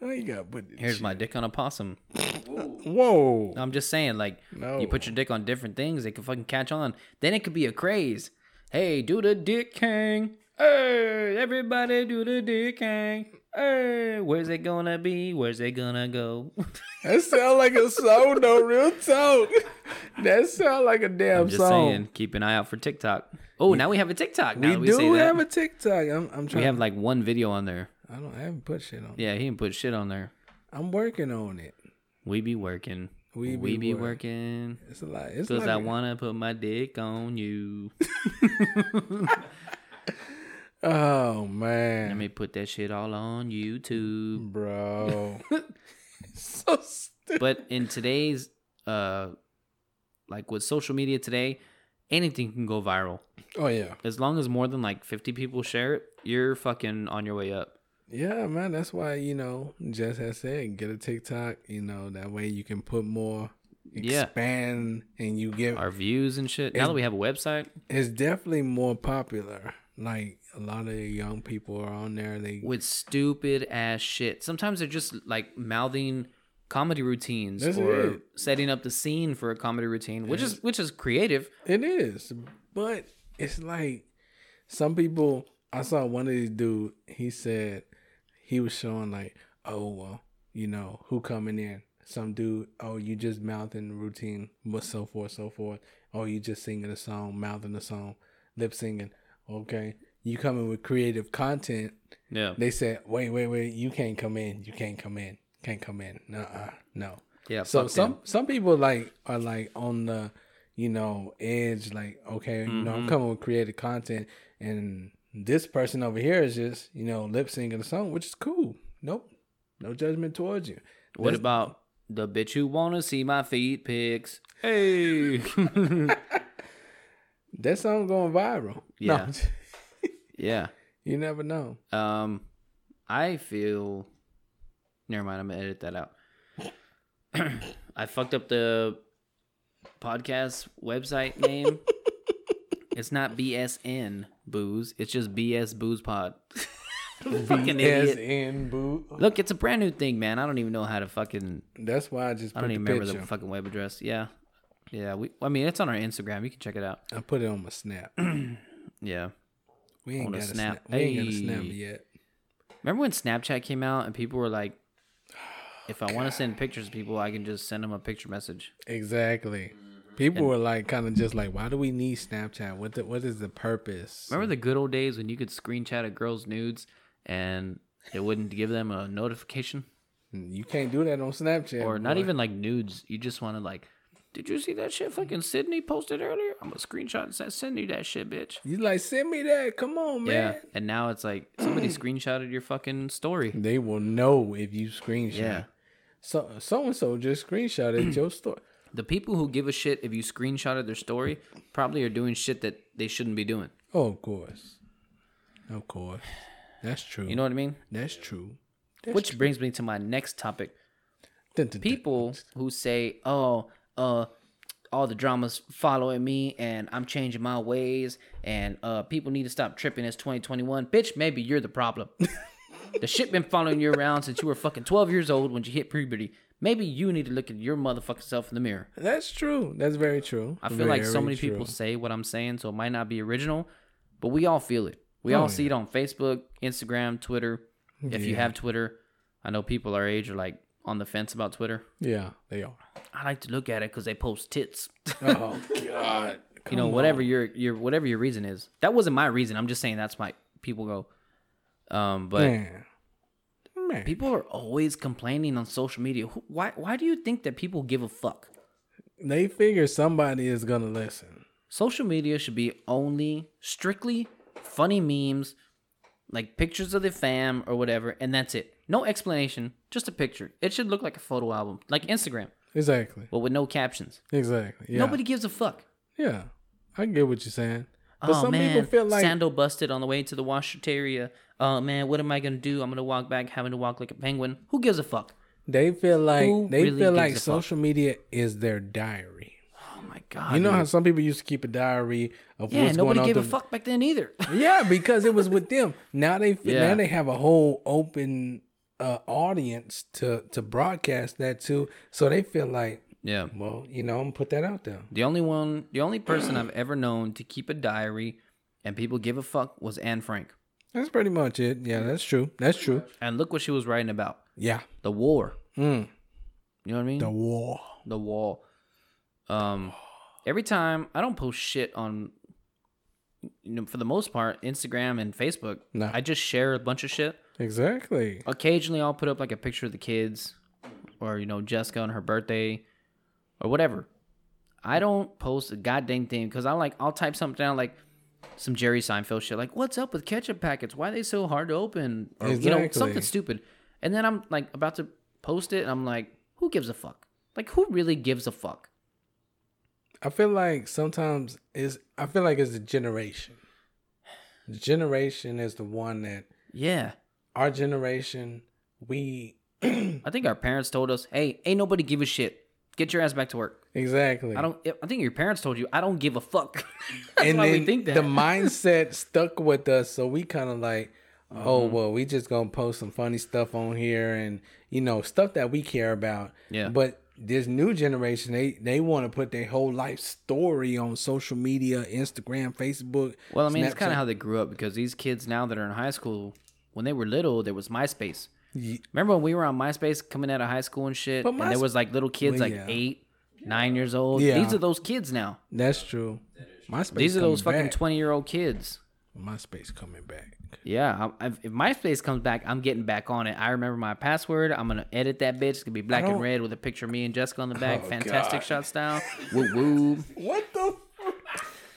Oh, you got put the Here's my dick on a possum. chi- Whoa. I'm just saying, like, you put your dick on different things, they can fucking catch on. Then it could be a craze. Hey, do the dick hang. Hey, everybody do the dick hang. Hey, where's it gonna be? Where's it gonna go? <laughs> That sound like a song, though. Real talk. That sound like a damn I'm just song. saying, keep an eye out for TikTok. Oh, now we have a TikTok. Now We, that we say do that. have a TikTok. I'm, I'm trying. we have like one video on there. I don't. I haven't put shit on. Yeah, he didn't put shit on there. I'm working on it. We be working. We We, be be work- working. It's a lot. It's Because like I want to put my dick on you. Oh Let man, me put that shit <laughs> all on YouTube. <laughs> bro. so stupid. But in today's, uh, like with social media today, anything can go viral. Oh yeah, As long as more than like 50 people share it, you're fucking on your way up. yeah, man. That's why you know, just as said, get a TikTok. You know, that way you can put more, Yeah. expand, and you get. Our views and shit. Now that we have a website, It's definitely more popular. Like a lot of the young people are on there. They with stupid ass shit. Sometimes they're just like mouthing comedy routines That's or it. setting up the scene for a comedy routine, which is which is creative. It is, but it's like some people. I saw one of these dude. He said he was showing like, oh well, you know who coming in. Some dude, oh you just mouthing the routine, but so forth, so forth. Oh you just singing a song, mouthing a song, lip singing. Okay, you coming with creative content. Yeah. They said, wait, wait, wait, you can't come in, you can't come in, can't come in. Nuh-uh, no. Yeah. So fuck some them. some people like are like on the you know edge, like okay, you know Mm-hmm. I'm coming with creative content, and this person over here is just you know lip syncing the song, which is cool. Nope, no judgment towards you. What about the bitch who wanna see my feet pics? Hey. <laughs> That song going viral. Yeah. No, yeah. you never know. Um I feel never mind, I'm gonna edit that out. <clears throat> I fucked up the podcast <laughs> website name. it's not BSN booze, it's just BS Booze <laughs> Pod. fucking As idiot. in boot. Look, it's a brand new thing, man. I don't even know how to fucking That's why I just put I don't the even picture. remember the fucking web address. Yeah. Yeah, we I mean it's on our Instagram. You can check it out. I put it on my snap. Yeah. We ain't On a got a snap. snap. We ain't got a snap Hey. yet. Remember when Snapchat came out and people were <sighs> like, if I want to send pictures to people, I can just send them a picture message. Exactly. People were like, kind of just like, why do we need Snapchat? What the, what is the purpose? Remember the good old days when you could screenshot a girl's nudes and it wouldn't give them a notification? Mm, You can't do that on Snapchat. or not boy. even like nudes. You just want to like, did you see that shit fucking Sydney posted earlier? I'm going to screenshot and send Sydney that shit, bitch. You like send me that. Come on, Yeah. man. And now it's like <clears throat> somebody screenshotted your fucking story. They will know if you screenshot. Yeah. So so and so just screenshotted your story. The people who give a shit if you screenshotted their story probably are doing shit that they shouldn't be doing. Oh, of course. Of course. That's true. You know what I mean? that's true. Which brings me to my next topic. Dun, dun, dun. people who say, "Oh, uh, all the dramas following me, and I'm changing my ways, and uh, people need to stop tripping. It's 2021, bitch. Maybe you're the problem. the shit been following you around since you were fucking 12 years old when you hit puberty. Maybe you need to look at your motherfucking self in the mirror. That's true. That's very true. I feel like so Very many people true. say what I'm saying, so it might not be original, but we all feel it. We Oh, all see it on Facebook, Instagram, Twitter. If you have Twitter, I know people our age are like, on the fence about Twitter? Yeah, they are. I like to look at it because they post tits. <laughs> Oh God. you know, Come whatever on. your your whatever your reason is. That wasn't my reason. I'm just saying that's my people go. Um, but man. Man. people are always complaining on social media. Who- Why why do you think that people give a fuck? they figure somebody is gonna listen. Social media should be only strictly funny memes, like pictures of the fam or whatever, and that's it. No explanation, just a picture. It should look like a photo album, like Instagram, Exactly. but with no captions. Exactly. Yeah. Nobody gives a fuck. Yeah. I get what you're saying. But oh some man, people feel like Sando busted on the way to the washateria. Oh man, what am I gonna do? I'm gonna walk back, having to walk like a penguin. Who gives a fuck? they feel like Who they really feel gives like a fuck? social media is their diary. Oh my god. You know dude. how some people used to keep a diary of yeah, what's going nobody on. gave a the- fuck back then either. <laughs> Yeah, because it was with them. Now they fi- Yeah. now they have a whole open uh, audience to to broadcast that to. So they feel like, yeah. well, you know, I'm gonna put that out there. The only one, the only person I've ever known to keep a diary and people give a fuck was Anne Frank. That's pretty much it. Yeah, that's true. That's true. And look what she was writing about Yeah. the war. Mm. You know what I mean? The war. the wall. Um, every time I don't post shit on, you know, for the most part, Instagram and Facebook. No. I just share a bunch of shit. Exactly. Occasionally, I'll put up like a picture of the kids, or you know, Jessica on her birthday, or whatever. I don't post a goddamn thing because I like I'll type something down like some Jerry Seinfeld shit, like what's up with ketchup packets? Why are they so hard to open? Or you know, something Exactly. stupid. And then I'm like about to post it, and I'm like, who gives a fuck? Like who really gives a fuck? I feel like sometimes is I feel like it's the generation. The generation is the one that Yeah. our generation we I think our parents told us, "Hey, ain't nobody give a shit. Get your ass back to work." exactly. I don't. I think your parents told you, "I don't give a fuck." <laughs> That's and why then we think that. <laughs> the mindset stuck with us, so we kind of like, oh Mm-hmm. well, we just gonna post some funny stuff on here, and you know stuff that we care about. Yeah. But this new generation, they they want to put their whole life story on social media, Instagram, Facebook. Well, I mean, it's kind Snapchat. of how they grew up because these kids now that are in high school, when they were little, there was MySpace. Ye- Remember when we were on MySpace coming out of high school and shit, But and there Mys- was like little kids, Well, like yeah. eight, nine years old. Yeah. These are those kids now. That's true. MySpace. These are those coming fucking back. twenty-year-old kids. MySpace coming back. Yeah, I, I, if MySpace comes back, I'm getting back on it. I remember my password. I'm gonna edit that bitch. It's gonna be black and don't- red with a picture of me and Jessica on the back. Oh, Fantastic God. shot <laughs> style. woo woo. What the?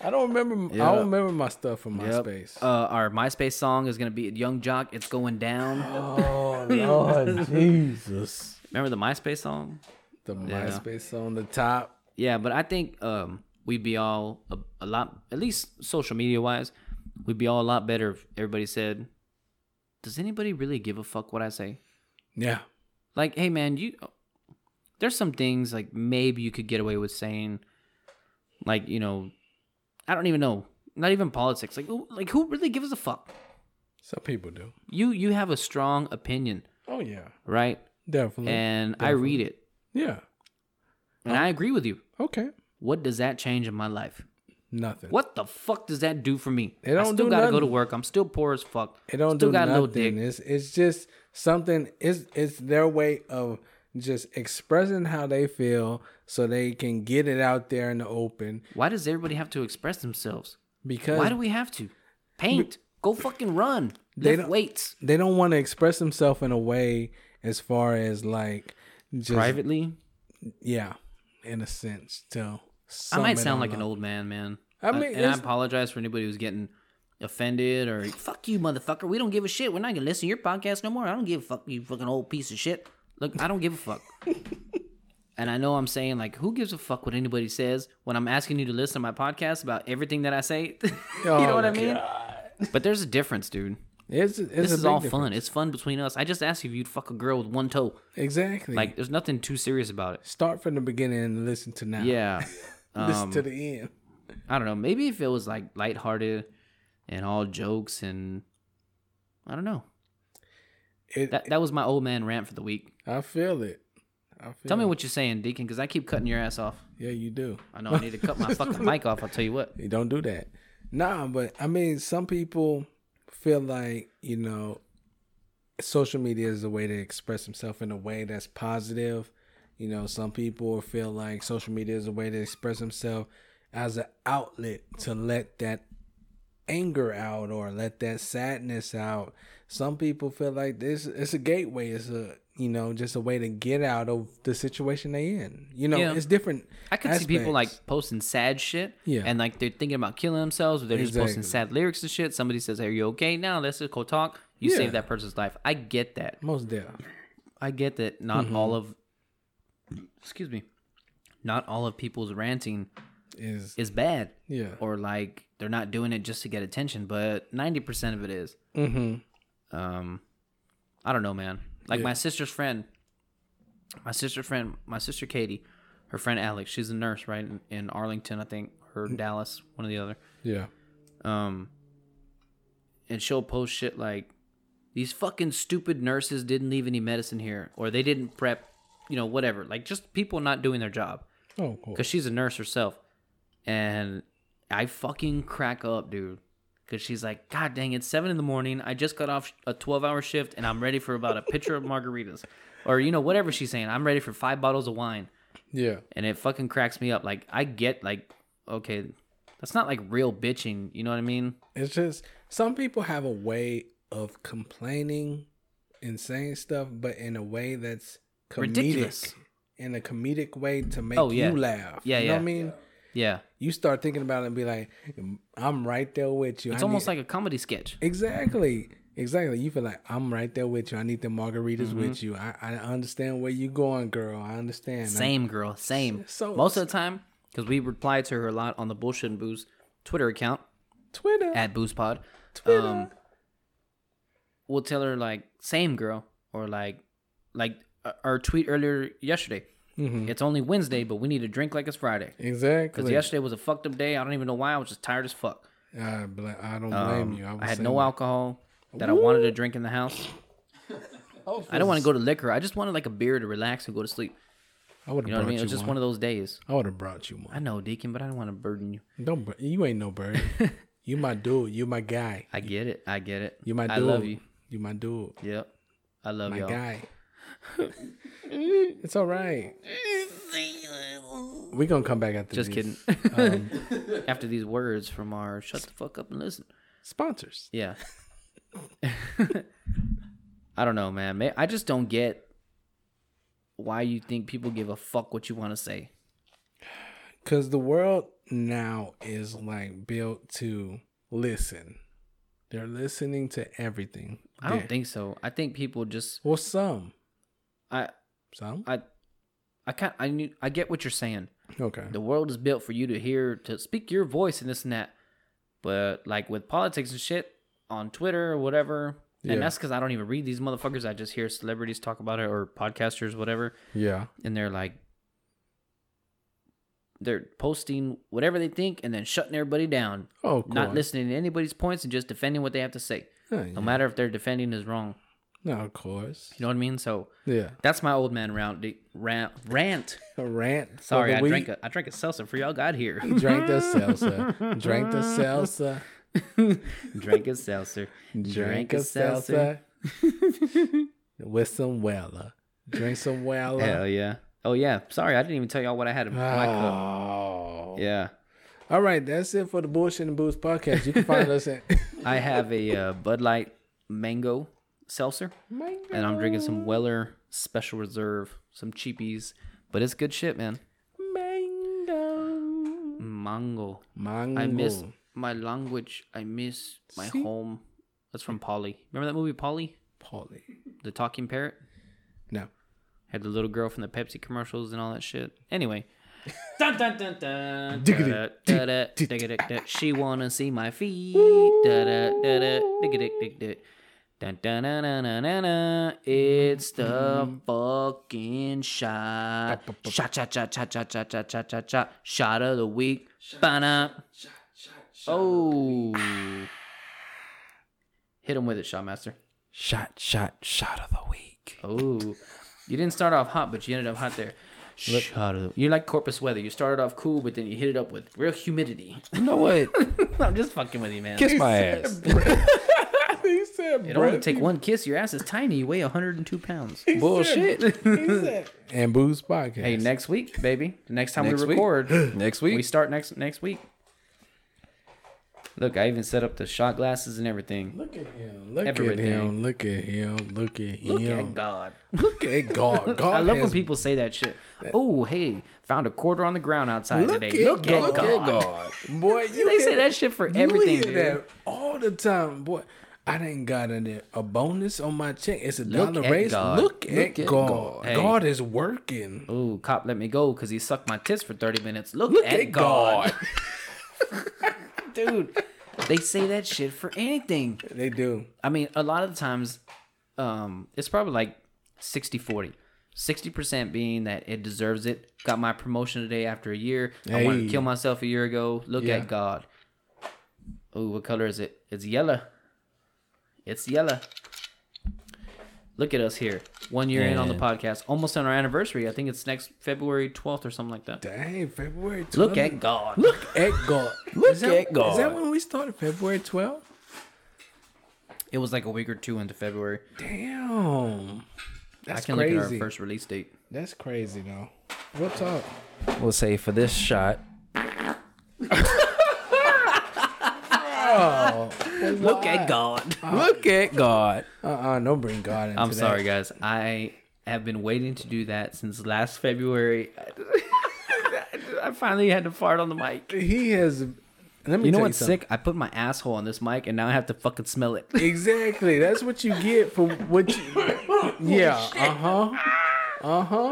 I don't remember. I Yeah. don't remember my stuff from Yep. MySpace. Uh, our MySpace song is gonna be "Young Jock." It's going <gasps> down. Oh <laughs> Lord Jesus! Remember the MySpace song? The MySpace on the top. Yeah, but I think um, we'd be all a, a lot, at least social media wise, we'd be all a lot better if everybody said, "Does anybody really give a fuck what I say?" Yeah. like hey man you there's some things like maybe you could get away with saying like you know i don't even know not even politics like who, like who really gives a fuck Some people do. you you have a strong opinion Oh yeah, right Mm-hmm. definitely. and i read it yeah. and i agree with you Okay. what does that change in my life Nothing. what the fuck does that do for me It don't i still do gotta go to nothing. work i'm still poor as fuck It don't still do got nothing. no dick It's it's just something. It's it's their way of just expressing how they feel, so they can get it out there in the open. why does everybody have to express themselves Because why do we have to paint go fucking run They lift don't- weights they don't want to express themselves in a way as far as like just privately Yeah, in a sense. To I sum might it sound all like an up. old man, man. I I mean, mean, and I it's- apologize for anybody who's getting offended or fuck you, motherfucker. We don't give a shit. We're not gonna listen to your podcast no more. I don't give a fuck, you fucking old piece of shit. Look, I don't give a fuck. <laughs> and I know I'm saying like, who gives a fuck what anybody says when I'm asking you to listen to my podcast about everything that I say? <laughs> you know Oh, what I mean? But there's a difference, dude. It's, it's This a is big all difference. fun. It's fun between us. I just asked you if you'd fuck a girl with one toe. Exactly. Like, there's nothing too serious about it. start from the beginning and listen to now. <laughs> Yeah. um, listen to the end. I don't know. Maybe if it was like lighthearted and all jokes and I don't know. It, That that was my old man rant for the week. I feel it. I feel Tell me it. what you're saying, Deacon, because I keep cutting your ass off. Yeah, you do. I know I need to cut <laughs> my fucking mic off. I'll tell you what. You don't do that. Nah, but I mean, some people feel like you know social media is a way to express himself in a way that's positive. You know, some people feel like social media is a way to express himself as an outlet to let that anger out or let that sadness out. Some people feel like this it's a gateway. It's a you know just a way to get out of the situation they in. You know, Yeah. it's different. I could see people aspects. like posting sad shit, Yeah. and like they're thinking about killing themselves, or they're just posting Exactly. sad lyrics and shit. Somebody says, "Hey, are you okay now?" Let's just go talk. You Yeah. save that person's life. I get that. most deaf. I get that. Not Mm-hmm. all of, excuse me, not all of people's ranting Is is bad, yeah. or like they're not doing it just to get attention. But ninety percent of it is. mm-hmm. um i don't know man like Yeah. my sister's friend my sister friend my sister katie her friend alex she's a nurse right in, in arlington i think or dallas one or the other Yeah. um and she'll post shit like these fucking stupid nurses didn't leave any medicine here or they didn't prep you know whatever like just people not doing their job Oh, cool. because she's a nurse herself. And I fucking crack up, dude. Because she's like, God dang, it's seven in the morning. I just got off a 12 hour shift and I'm ready for about a pitcher of margaritas. Or, you know, whatever she's saying. I'm ready for five bottles of wine. Yeah. And it fucking cracks me up. Like, I get, like, okay, that's not like real bitching. You know what I mean? It's just some people have a way of complaining and saying stuff, but in a way that's comedic, Ridiculous. in a comedic way to make Oh, yeah. you laugh. Yeah, you know yeah. what I mean. Yeah. You start thinking about it and be like, "I'm right there with you." It's I almost need- like a comedy sketch. exactly, exactly. You feel like I'm right there with you. I need the margaritas Mm-hmm. with you. I, I understand where you're going, girl. I understand. Same girl, same. so- Most of the time, because we reply to her a lot on the Bullshit and Booze Twitter account. Twitter. at Boost Pod. Twitter. Um, we'll tell her like same girl or like like uh, our tweet earlier yesterday. Mm-hmm. It's only Wednesday, but we need to drink like it's Friday. Because exactly. yesterday was a fucked up day. I don't even know why. I was just tired as fuck. I, bl- I don't blame Um, you. I, was had saying no that. alcohol that I wanted to drink in <laughs> the house. Oh, I don't want to go to liquor. I just wanted like a beer to relax and go to sleep. I would have You know what I brought mean? It you was just one. one of those days. I would have brought you one. I know, Deacon, but I don't want to burden you. Don't bur- you ain't no <laughs> bird. you my dude. You my guy. I get it. I get it. You my dude. I love you. You my dude. Yep. I love My y'all. <laughs> guy. it's all right. We gonna come back after Just these kidding. Um, <laughs> After these words from our shut the fuck up and listen. Sponsors. Yeah. I don't know, man. May- I just don't get why you think people give a fuck what you want to say. Cause the world now is like built to listen. They're listening to everything. I don't They're- think so. I think people just Well, some, I some. I I can I knew, I get what you're saying. Okay. The world is built for you to hear to speak your voice and this and that. But like with politics and shit on Twitter or whatever, Yeah. and that's because I don't even read these motherfuckers. I just hear celebrities talk about it or podcasters, whatever. Yeah. and they're like they're posting whatever they think and then shutting everybody down Oh, cool. not listening to anybody's points and just defending what they have to say Yeah, no yeah. matter if they're defending is wrong No, of course. you know what i mean so Yeah. that's my old man rant rant, rant. A rant. for sorry the i week. drank a i drank a salsa for y'all <laughs> got here Drank the <laughs> salsa. Drank the salsa. drank a seltzer Drink a salsa <laughs> with some Wella. Drink some Wella. hell yeah oh yeah sorry i didn't even tell y'all what i had in my cup Oh. yeah All right, that's it for the Bullshit and Booze podcast. You can find us <laughs> at i have a uh, bud light mango seltzer and I'm drinking some Weller Special Reserve, some cheapies, but it's good shit, man. Mango. Mango. Mango. I miss my language. I miss my See? home. That's from Polly. Remember that movie Polly, Polly. the talking parrot? No. Had the little girl from the Pepsi commercials and all that shit. Anyway. <laughs> Dun, dun, dun, dun. Diggity, Da-da, dig, da-da, dig, diggity, da. She wanna see my feet. Da-da, da-da, diggity, dig, dig. Dun, dun, dun, dun, dun, dun, dun. It's the fucking shot. Shot, shot, shot, shot, shot, shot, shot, shot, shot, shot. Shot of the week. Ba-na. Oh. <sighs> Hit him with it, shot master. Shot, shot, shot of the week. Oh, you didn't start off hot, but you ended up hot there. Shut up. You're like Corpus weather. You started off cool, but then you hit it up with real humidity. <laughs> <laughs> You know what? I'm just fucking with you, man. Kiss my ass. he said, It only "Bruh." take one kiss. Your ass is tiny. You weigh 102 <laughs> pounds. Bullshit. And Boo's podcast. Hey, next week, baby. The next time Next we week. <gasps> record, <gasps> Next we week. start next next week. Look, I even set up the shot glasses and everything. Look at him. Look Everything. at him. Look at him. Look at Look him. at <laughs> God. Look at God. God <laughs> I love when has- people say that shit. Oh, hey, found a quarter on the ground outside Look today. at, look at look God. at God. Boy, you They hear- say that shit for you everything, hear dude. that all the time, boy. I didn't got a, a bonus on my check. It's a Look dollar at raise. God. Look at Look at God. God. God. Hey. is working. Ooh, cop let me go because he sucked my tits for 30 minutes. Look, Look at, at God. God. <laughs> Dude, they say that shit for anything. They do. I mean, a lot of the times, um, it's probably like 60 40. 60% being that it deserves it. Got my promotion today after a year. I wanted to Hey. kill myself a year ago. Look Yeah. at God. Ooh, what color is it? It's yellow. It's yellow. Look at us here. One year in on the Man. podcast. Almost on our anniversary. I think it's next February 12th or something like that. Dang, February 12th. Look at God. Look. at God. Look at God. Is that when we started? February 12th? It was like a week or two into February. Damn. That's I can crazy. look at our first release date. That's crazy, though. Real talk. We'll say for this shot. Look at God. Look at God. Uh-uh, don't bring God into I'm that. sorry, guys. I have been waiting to do that since last February. <laughs> I finally had to fart on the mic. He has. Let me You know tell what's something. sick? I put my asshole on this mic and now I have to fucking smell it. Exactly. That's what you get for what <laughs> you. Yeah. Uh huh. Uh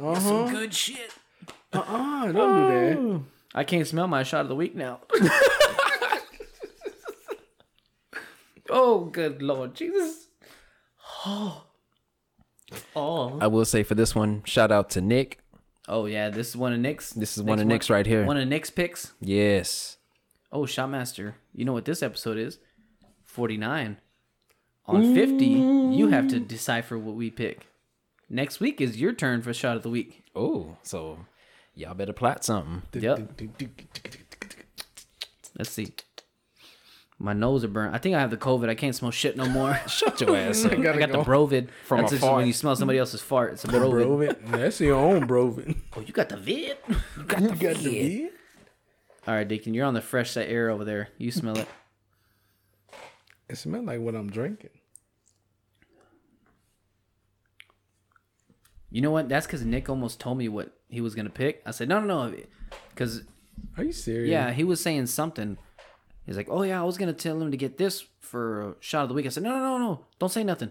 huh. Some good shit. Uh, don't do that. I can't smell my shot of the week now. <laughs> oh, good lord. Jesus. Oh. I will say for this one, shout out to Nick. Oh, yeah. This is one of Nick's. This is one of Nick's right here. One of Nick's picks. Yes. Oh, Shotmaster, you know what this episode is? 49. On 50, you have to decipher what we pick. Next week is your turn for Shot of the Week. Oh, so y'all better plot something. Yep. Oh. Let's see. My nose are burnt. I think I have the COVID. I can't smell shit no more. <laughs> <laughs> Shut your ass up. I got the brovid. From That's a just fart. Mm. when you smell somebody else's fart. It's a brovid. Broven. That's your own Broven. Oh, you got the vid? <laughs> You got the beard? All right, Deacon, you're on the fresh set air over there. You smell it. It smells like what I'm drinking. You know what? That's because Nick almost told me what he was going to pick. I said, no, no, no. Because Are you serious? Yeah, he was saying something. He's like, "Oh yeah, I was gonna tell him to get this for a shot of the week." I said, "No, no, no, no, don't say nothing."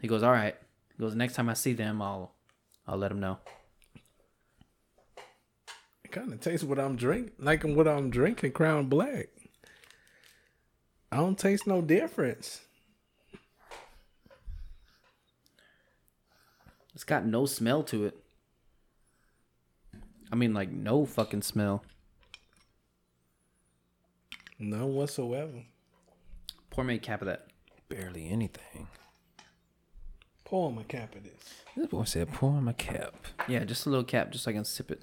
He goes, "All right." He goes, "Next time I see them, I'll, I'll let him know." It kind of tastes what I'm drinking, like what I'm drinking, Crown Black. I don't taste no difference. It's got no smell to it. I mean, like no fucking smell. None whatsoever. Pour me a cap of that. Barely anything. Pour him a cap of this. This boy said, pour him a cap. Yeah, just a little cap, just so I can sip it.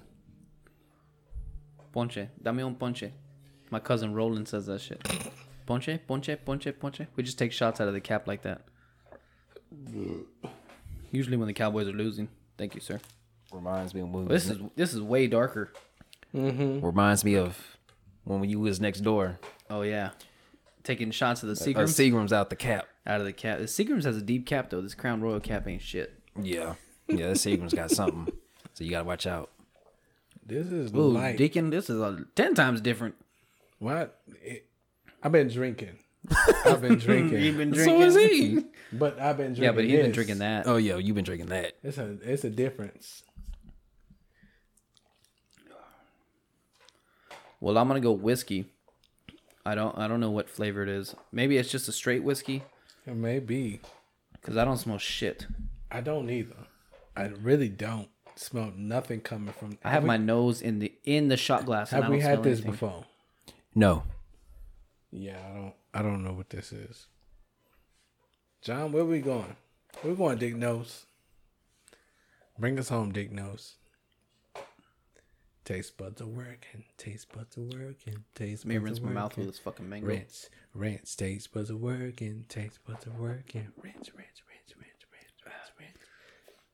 Ponche, dame un ponche. My cousin Roland says that shit. Ponche, ponche, ponche, ponche. We just take shots out of the cap like that. Usually when the Cowboys are losing. Thank you, sir. Reminds me of when we This was- is this is way darker. reminds me of when you was next door. Oh yeah, taking shots of the Uh, Seagrams Seagram's out the cap. out of the cap. The Seagrams has a deep cap though. This Crown Royal cap ain't shit. <laughs> Yeah. Yeah, that Seagram's got something. So you gotta watch out. This is Ooh, light. Deacon, this is a ten times different. What? It, I've been drinking. I've <laughs> been drinking, been So is he. but I've been drinking. <laughs> Yeah, but he's been this. drinking that. oh, yo, you've been drinking that. It's a it's a difference. Well, I'm gonna go whiskey. I don't I don't know what flavor it is. Maybe it's just a straight whiskey It may be. because I don't smell shit. I don't either. I really don't smell nothing coming from. I have my nose in the in the shot glass. and Have I we don't had smell this anything. before? No. Yeah, I don't. I don't know what this is. John, where we going? We're going, Dick Nose. Bring us home, Dick Nose. Taste buds are working. Taste buds are working. Taste buds Let me are rinse my mouth with working. this fucking mango. Rinse, rinse. Taste buds are working. Taste buds are working. Rinse, rinse, rinse, rinse, rinse, rinse, rinse.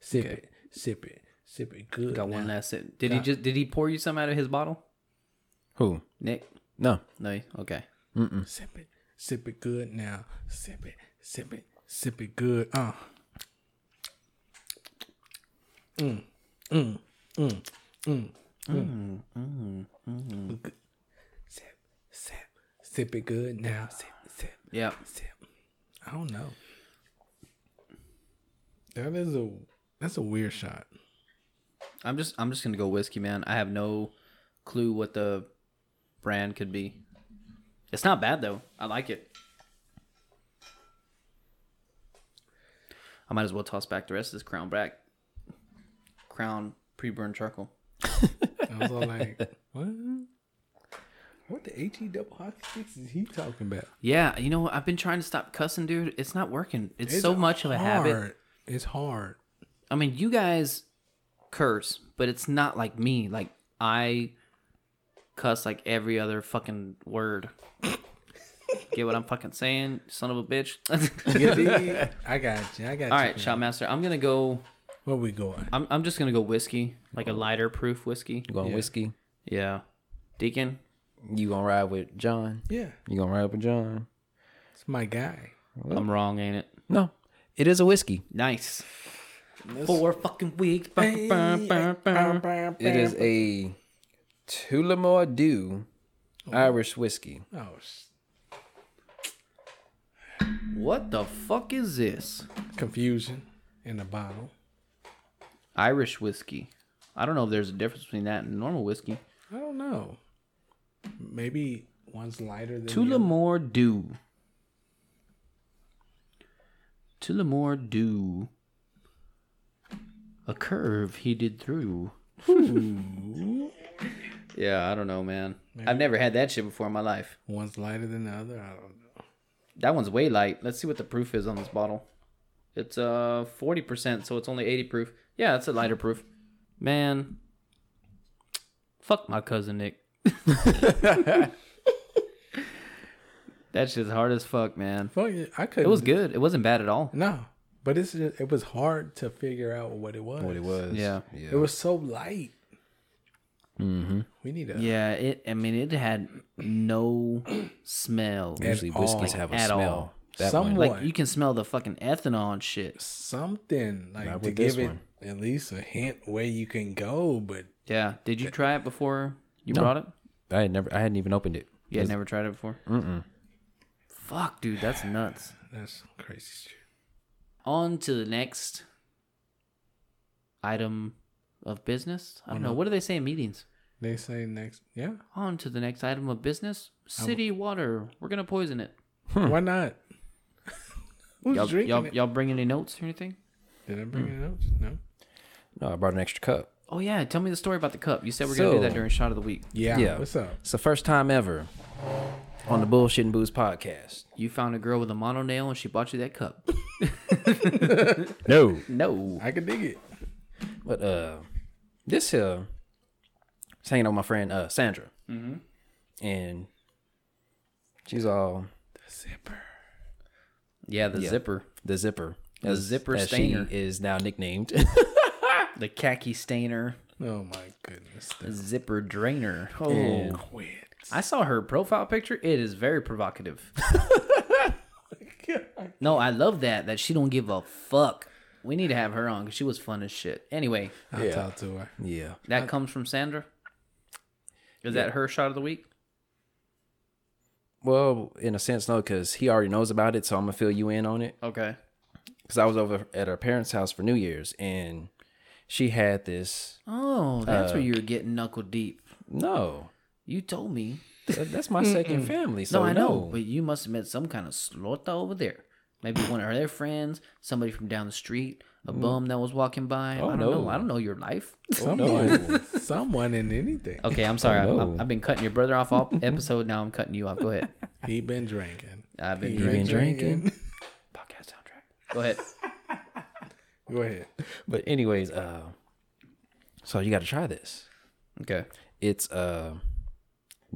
Sip it, sip it, sip it. Good. Got one now. last sip. Did he just? Did he pour you some out of his bottle? Who? Nick? No. No. he- Okay. Sip it, sip it good now. Sip it, sip it, sip it good. Uh. mm, Mm, mm, mm, mm, mm, mm. Sip, sip, sip it good now. Sip, sip, Yeah. sip. I don't know. That is a that's a weird shot. I'm just. I'm just gonna go whiskey, man. I have no clue what the brand could be. It's not bad though. I like it. I might as well toss back the rest of this crown back. Crown pre-burned charcoal. I was all <laughs> like, what? What the he double hockey sticks is he talking about? Yeah, you know what? I've been trying to stop cussing, dude. It's not working. It's, so much of a habit. hard. It's hard. I mean, you guys curse, but it's not like me. Like I cuss like every other fucking word. Get what I'm fucking saying, son of a bitch. <laughs> You dig? I got you. I got All you. right, shotmaster. I'm gonna go. Where we going? I'm I'm just gonna go whiskey, like a lighter proof whiskey. You going whiskey? Yeah, Deacon. You gonna ride with John? Yeah, You gonna ride with John? it's my guy. I'm wrong, ain't it? No. It is a whiskey. Nice. Four fucking weeks. Bum, bum, bum, bum. It is a Tullamore Dew Irish whiskey. Oh, s- What the fuck is this? confusion in the bottle. Irish whiskey. I don't know if there's a difference between that and normal whiskey. I don't know. Maybe one's lighter than the other. Tullamore Dew. Tullamore Dew. A curve he did through. <laughs> yeah, I don't know, man. I've never had that shit before in my life. One's lighter than the other. I don't know. That one's way light. Let's see what the proof is on this bottle. It's uh 40%, so it's only 80 proof. Yeah, it's a lighter proof. Man. Fuck my cousin Nick. <laughs> that shit's hard as fuck, man. Well, yeah, I could. It was good. It wasn't bad at all. No, but it's just, it was hard to figure out what it was. What it was. Yeah. Yeah. It was so light. Mm-hmm. We need a Yeah, it I mean it had no smell. Usually At all. whiskeys have a At all. smell. That Some- one. Boy. Like you can smell the fucking ethanol and shit. something like Not to with this give it one. at least a hint where you can go. But Yeah. Did you try it before you brought it? I had never I hadn't even opened it. You had never tried it before? Mm-mm. Fuck, dude, that's nuts. that's some crazy shit. On to the next item of business. I don't know. What do they say in meetings? They say next, yeah. On to the next item of business. City water. We're gonna poison it. Hmm. Why not? <laughs> Who's Y'all, drinking y'all, it? y'all bring any notes or anything? Did I Hmm. bring it out? No. No, I brought an extra cup. Oh yeah, tell me the story about the cup. You said we're gonna do So- that during shot of the week. Yeah. Yeah. What's up? It's the first time ever on the Bullshit and Booze podcast. You found a girl with a mono nail and she bought you that cup. No. <laughs> no. I can dig it. But uh, this here, I was hanging out with my friend uh Sandra, Mm-hmm. and she's all Yeah, the zipper. the zipper, The zipper as stainer. she is now nicknamed. <laughs> The khaki stainer. Oh my goodness. The zipper drainer. Oh And- Quit. <laughs> I saw her profile picture. It is very provocative. no, I love that that she don't give a fuck. We need to have her on because she was fun as shit. Anyway, I'll talk to her. yeah, that comes from Sandra. Is that her shot of the week? well, in a sense, no, because he already knows about it, so I'm gonna fill you in on it. Okay. Because I was over at her parents' house for New Year's, and she had this. Oh, that's where you were getting knuckle deep. No, You told me. that- that's my second family. So no, I know, no. but you must have met some kind of slota over there. Maybe one of their friends, somebody from down the street, a bum that was walking by. I don't no. know. I don't know your life. Someone. someone in anything. Okay, I'm <laughs> sorry. Oh, I- no. I, I've been cutting your brother off all episode. Now I'm cutting you off. Go ahead. He been drinking. I've been <laughs> He drinking. been drinking. <laughs> Podcast soundtrack. Go ahead. Go ahead. But anyways, uh, so you got to try this. Okay. It's uh,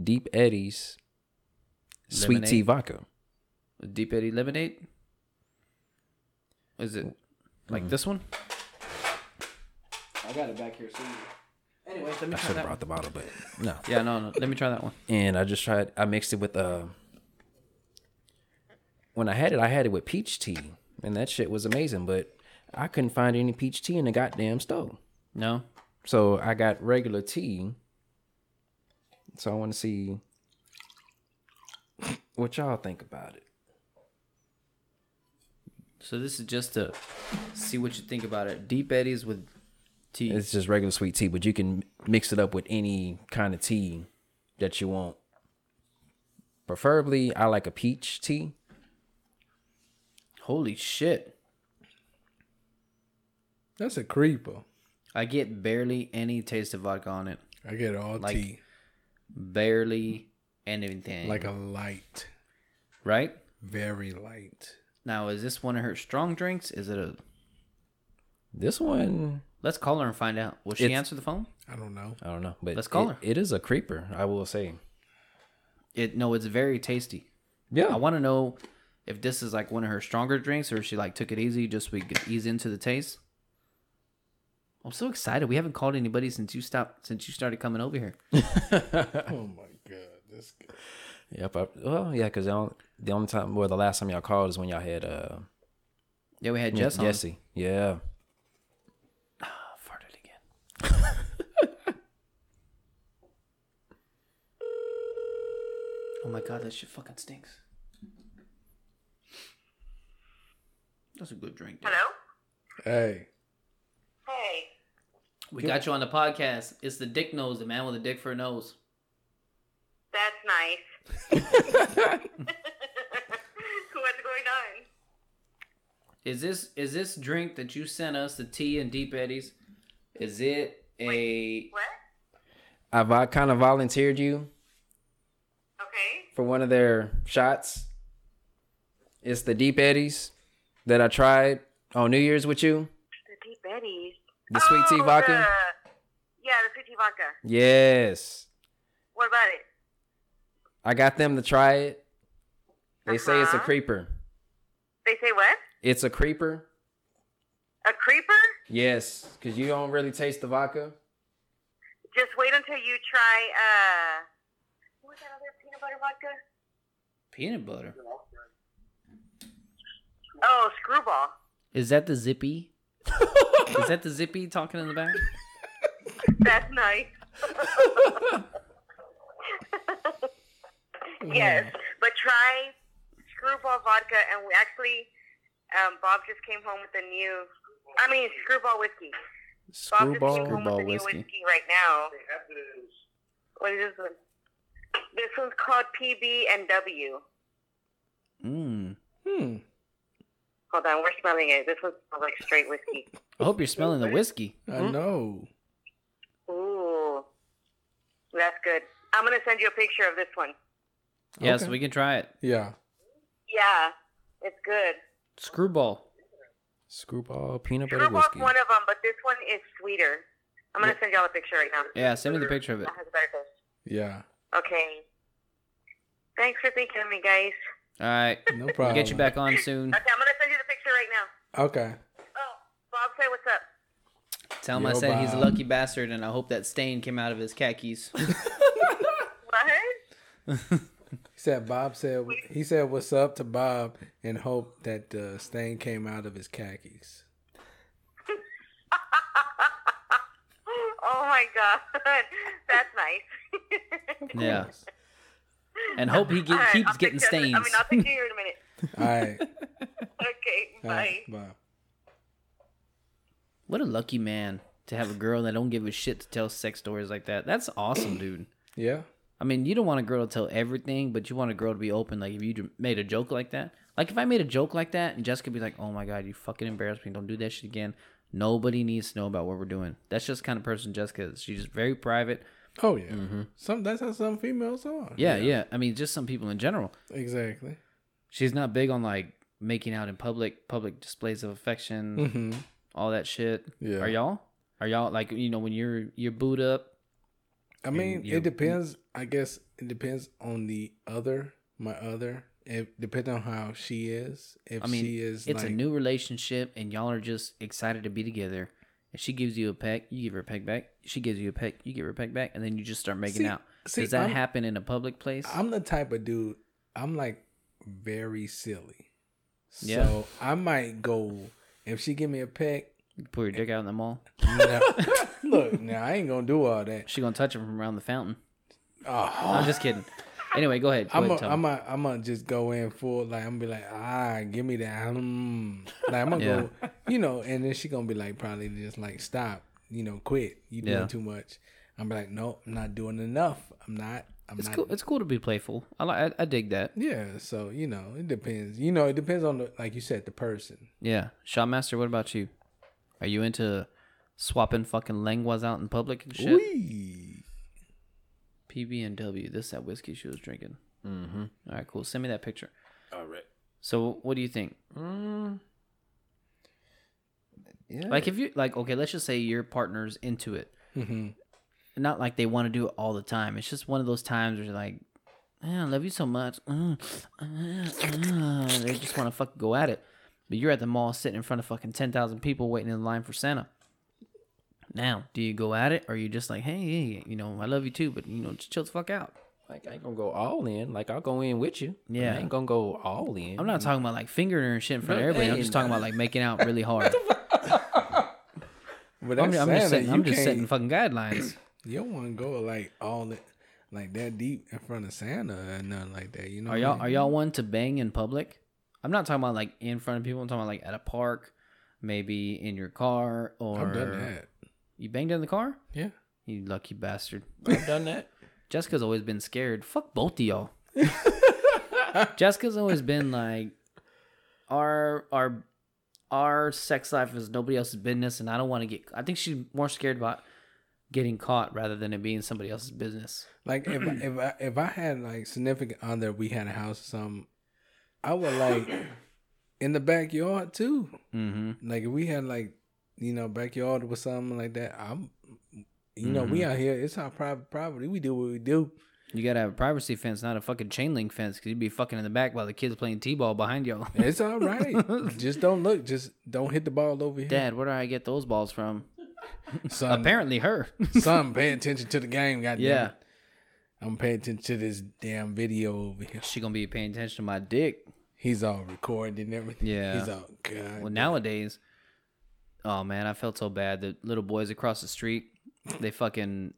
Deep Eddy's Sweet Tea Lemonade? Vodka. Deep Eddy Lemonade? Is it like this one? I got it back here. So anyway, let me try I should that. have brought the bottle, but no. Yeah, no, no. Let me try that one. And I just tried. I mixed it with uh. When I had it, I had it with peach tea, and that shit was amazing. But I couldn't find any peach tea in the goddamn store, No. so I got regular tea. So I want to see what y'all think about it. So this is just to see what you think about it. Deep Eddies with tea. It's just regular sweet tea, but you can mix it up with any kind of tea that you want. Preferably, I like a peach tea. Holy shit! That's a creeper. I get barely any taste of vodka on it. I get all Like- tea. Barely anything. Like a light. right Very light. now, is this one of her strong drinks? Is it a? This one, Let's call her and find out. Will she It's- answer the phone? I don't know. I don't know, but Let's call it- her. it is a creeper. I will say. It no. It's very tasty. Yeah, I want to know if this is like one of her stronger drinks or if she like took it easy just so we could ease into the taste. I'm so excited. We haven't called anybody since you stopped since you started coming over here. Oh my god. This guy. Yep. I, well, yeah, because the only time, well, the last time y'all called is when y'all had uh Yeah, we had Jess on. Mm, Jesse. Yeah. I farted again. oh my god, that shit fucking stinks. That's a good drink. Dude. Hello? Hey. Hey. We got you on the podcast. It's the dick nose, the man with the dick for a nose. That's nice. <laughs> What's going on? Is this is this drink that you sent us, the tea and deep eddies, is it a What? I vo- kind of volunteered you Okay. for one of their shots. It's the Deep Eddies that I tried on New Year's with you. The Deep Betty's. The sweet Oh, tea vodka. yeah, the sweet tea vodka. Yes. What about it? I got them to try it. They say it's a Uh-huh. creeper. They say what? It's a creeper. A creeper? Yes, because you don't really taste the vodka. Just wait until you try, uh... What's that other peanut butter vodka? peanut butter? Oh, screwball. Is that the <laughs> zippy? is that the zippy talking in the back? That's nice. <laughs> yes, but try screwball vodka, and we actually, um, Bob just came home with a new, I mean, screwball whiskey. Bob just came home Screwball with a new whiskey. whiskey right now. What is this one? This one's called PB and W. Mm. Hmm. Hold on, we're smelling it. This one smells like straight whiskey. <laughs> I hope you're smelling the whiskey. I know. Ooh, that's good. I'm gonna send you a picture of this one. Yes, Okay. we can try it. Yeah. Yeah, it's good. Screwball. Screwball peanut butter Screwball's whiskey. one of them, but this one is sweeter. I'm gonna send y'all a picture right now. Yeah, send me the picture of it. That has a better taste. Yeah. Okay. Thanks for thinking of me, guys. All right. No We'll problem. get you back on soon. Okay, I'm gonna send you the picture right now. Okay. Oh, Bob, say what's up. Tell him I Yo, said he's a Bob. lucky bastard, and I hope that stain came out of his khakis. What? <gasps> He said Bob said he said what's up to Bob and hope that the stain came out of his khakis. Oh my god, <laughs> that's nice. <laughs> yeah. And hope he All get, right, keeps I'll getting picture- stains. I mean, I'll picture you in a minute. All <laughs> right. <laughs> Okay, All right. bye. Bye. What a lucky man to have a girl that don't give a shit to tell sex stories like that. That's awesome, dude. Yeah. I mean, you don't want a girl to tell everything, but you want a girl to be open. Like if you j- made a joke like that, like if I made a joke like that, and Jessica be like, "Oh my god, you fucking embarrassed me. Don't do that shit again." Nobody needs to know about what we're doing. That's just the kind of person Jessica is. She's just very private. Oh yeah. Some that's how some females are. Mm-hmm. Yeah, yeah, I mean, just some people in general. Exactly. She's not big on like making out in public, public displays of affection, Mm-hmm. all that shit. Yeah. Are y'all? Are y'all like you know when you're you're booed up? I mean, you- it depends. I guess it depends on the other, my other. It depends on how she is. If I mean, she is, it's like, a new relationship, and y'all are just excited to be together. And she gives you a peck, you give her a peck back. She gives you a peck, you give her a peck back, and then you just start making See- out. see, Does that I'm- happen in a public place? I'm the type of dude. I'm like very silly. So Yeah. I might go if she give me a <laughs> peck. you pull your dick out in the mall. no. Look, now I ain't gonna do all that. She gonna touch him from around the fountain. Oh, I'm <laughs> just kidding. Anyway, go ahead. Go I'm ahead a, tell I'm me. a, I'm gonna just go in full like I'm gonna be like ah give me that um like I'm gonna Yeah. go you know and then she gonna be like probably just like stop you know quit you doing Yeah. too much I'm like no I'm not doing enough I'm not I'm it's not cool. It's cool to be playful. I like. I, I dig that. yeah so you know it depends you know it depends on the like you said the person Yeah, Shotmaster. What about you? Are you into swapping fucking lenguas out in public and shit? Wee. PB and W. This that whiskey she was drinking. Mm-hmm. All right, cool. Send me that picture. All right. So, what do you think? Mm. Yeah. Like, if you like, okay, let's just say your partner's into it. Mhm. Not like they want to do it all the time. It's just one of those times where you're like, "Man, I love you so much. Mm, mm, mm." They just want to fucking go at it. But you're at the mall sitting in front of fucking 10,000 people waiting in line for Santa. Now, do you go at it or you just like, hey, hey, you know, I love you too, but you know, just chill the fuck out? Like I ain't gonna go all in. Like I'll go in with you. but Yeah. I ain't gonna go all in. I'm Mm. not talking about like fingering her and shit in front of No, everybody. I'm just ain't. talking about like making <laughs> out really hard. but I'm, that's I'm just sad that setting, I'm you just setting can't fucking guidelines. you don't want to go like all that like that deep in front of Santa or nothing like that you know Are what I y'all mean? are y'all one to bang in public? I'm not talking about like in front of people. I'm talking about like at a park, maybe in your car or I've done that you banged in the car. yeah You lucky bastard. I've done that. Jessica's always been scared. Fuck both <laughs> of y'all. Jessica's always been like, our our our sex life is nobody else's business, and I don't want to get. I think she's more scared about getting caught rather than it being somebody else's business. Like if I- if I if I had like significant other, we had a house or something, I would like in the backyard too. Mm-hmm. Like if we had like you know backyard with something like that, I'm you know we Mm-hmm. out here. It's our private property. We do what we do. You gotta have a privacy fence, not a fucking chain link fence, because you'd be fucking in the back while the kids playing t-ball behind y'all. It's all <laughs> right. just don't look. Just don't hit the ball over here. Dad, where do I get those balls from? son, <laughs> Apparently, her. son, pay attention to the game. God yeah, I'm paying attention to this damn video over here. she gonna be paying attention to my dick. He's all recorded and everything. Yeah. He's all God. Well, nowadays, oh man, I felt so bad. The little boys across the street, they fucking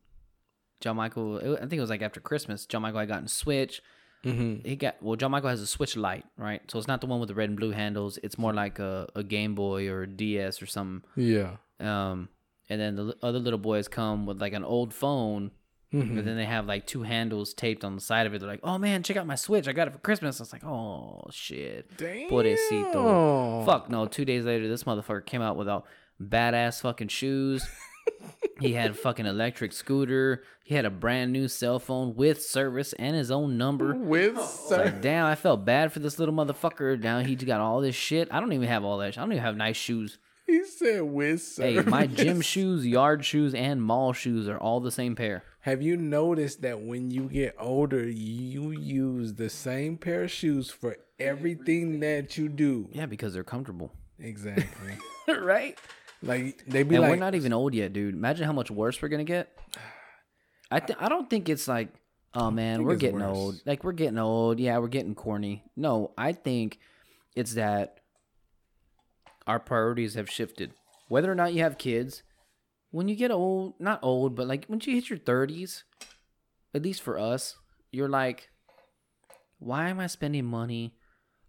John Michael. it wa- I think it was like after Christmas. John Michael had gotten a Switch. Mhm. He got well. John Michael has a Switch Lite, right? So it's not the one with the red and blue handles. It's more like a, a Game Boy or a DS or something. Yeah. Um, and then the li- other little boys come with like an old phone, but then they have like two handles taped on the side of it. They're like, "Oh man, check out my Switch! I got it for Christmas." I was like, "Oh shit, pobrecito!" Damn. Fuck no. Two days later, this motherfucker came out with all badass fucking shoes. he had a fucking electric scooter. He had a brand new cell phone with service and his own number. With It's like, damn, I felt bad for this little motherfucker. Now he just got all this shit. I don't even have all that. sh- I don't even have nice shoes. He said with Hey, service. my gym shoes, yard shoes, and mall shoes are all the same pair. Have you noticed that when you get older, you use the same pair of shoes for everything that you do? Yeah, because they're comfortable. Exactly. <laughs> right? like they be And like, we're not even old yet, dude. Imagine how much worse we're gonna get. I th- I don't think it's like, oh man, think we're it's getting worse. old. Like we're getting old. Yeah, we're getting corny. No, I think it's that our priorities have shifted. Whether or not you have kids, when you get old, not old, but like when you hit your thirties, at least for us, you're like, why am I spending money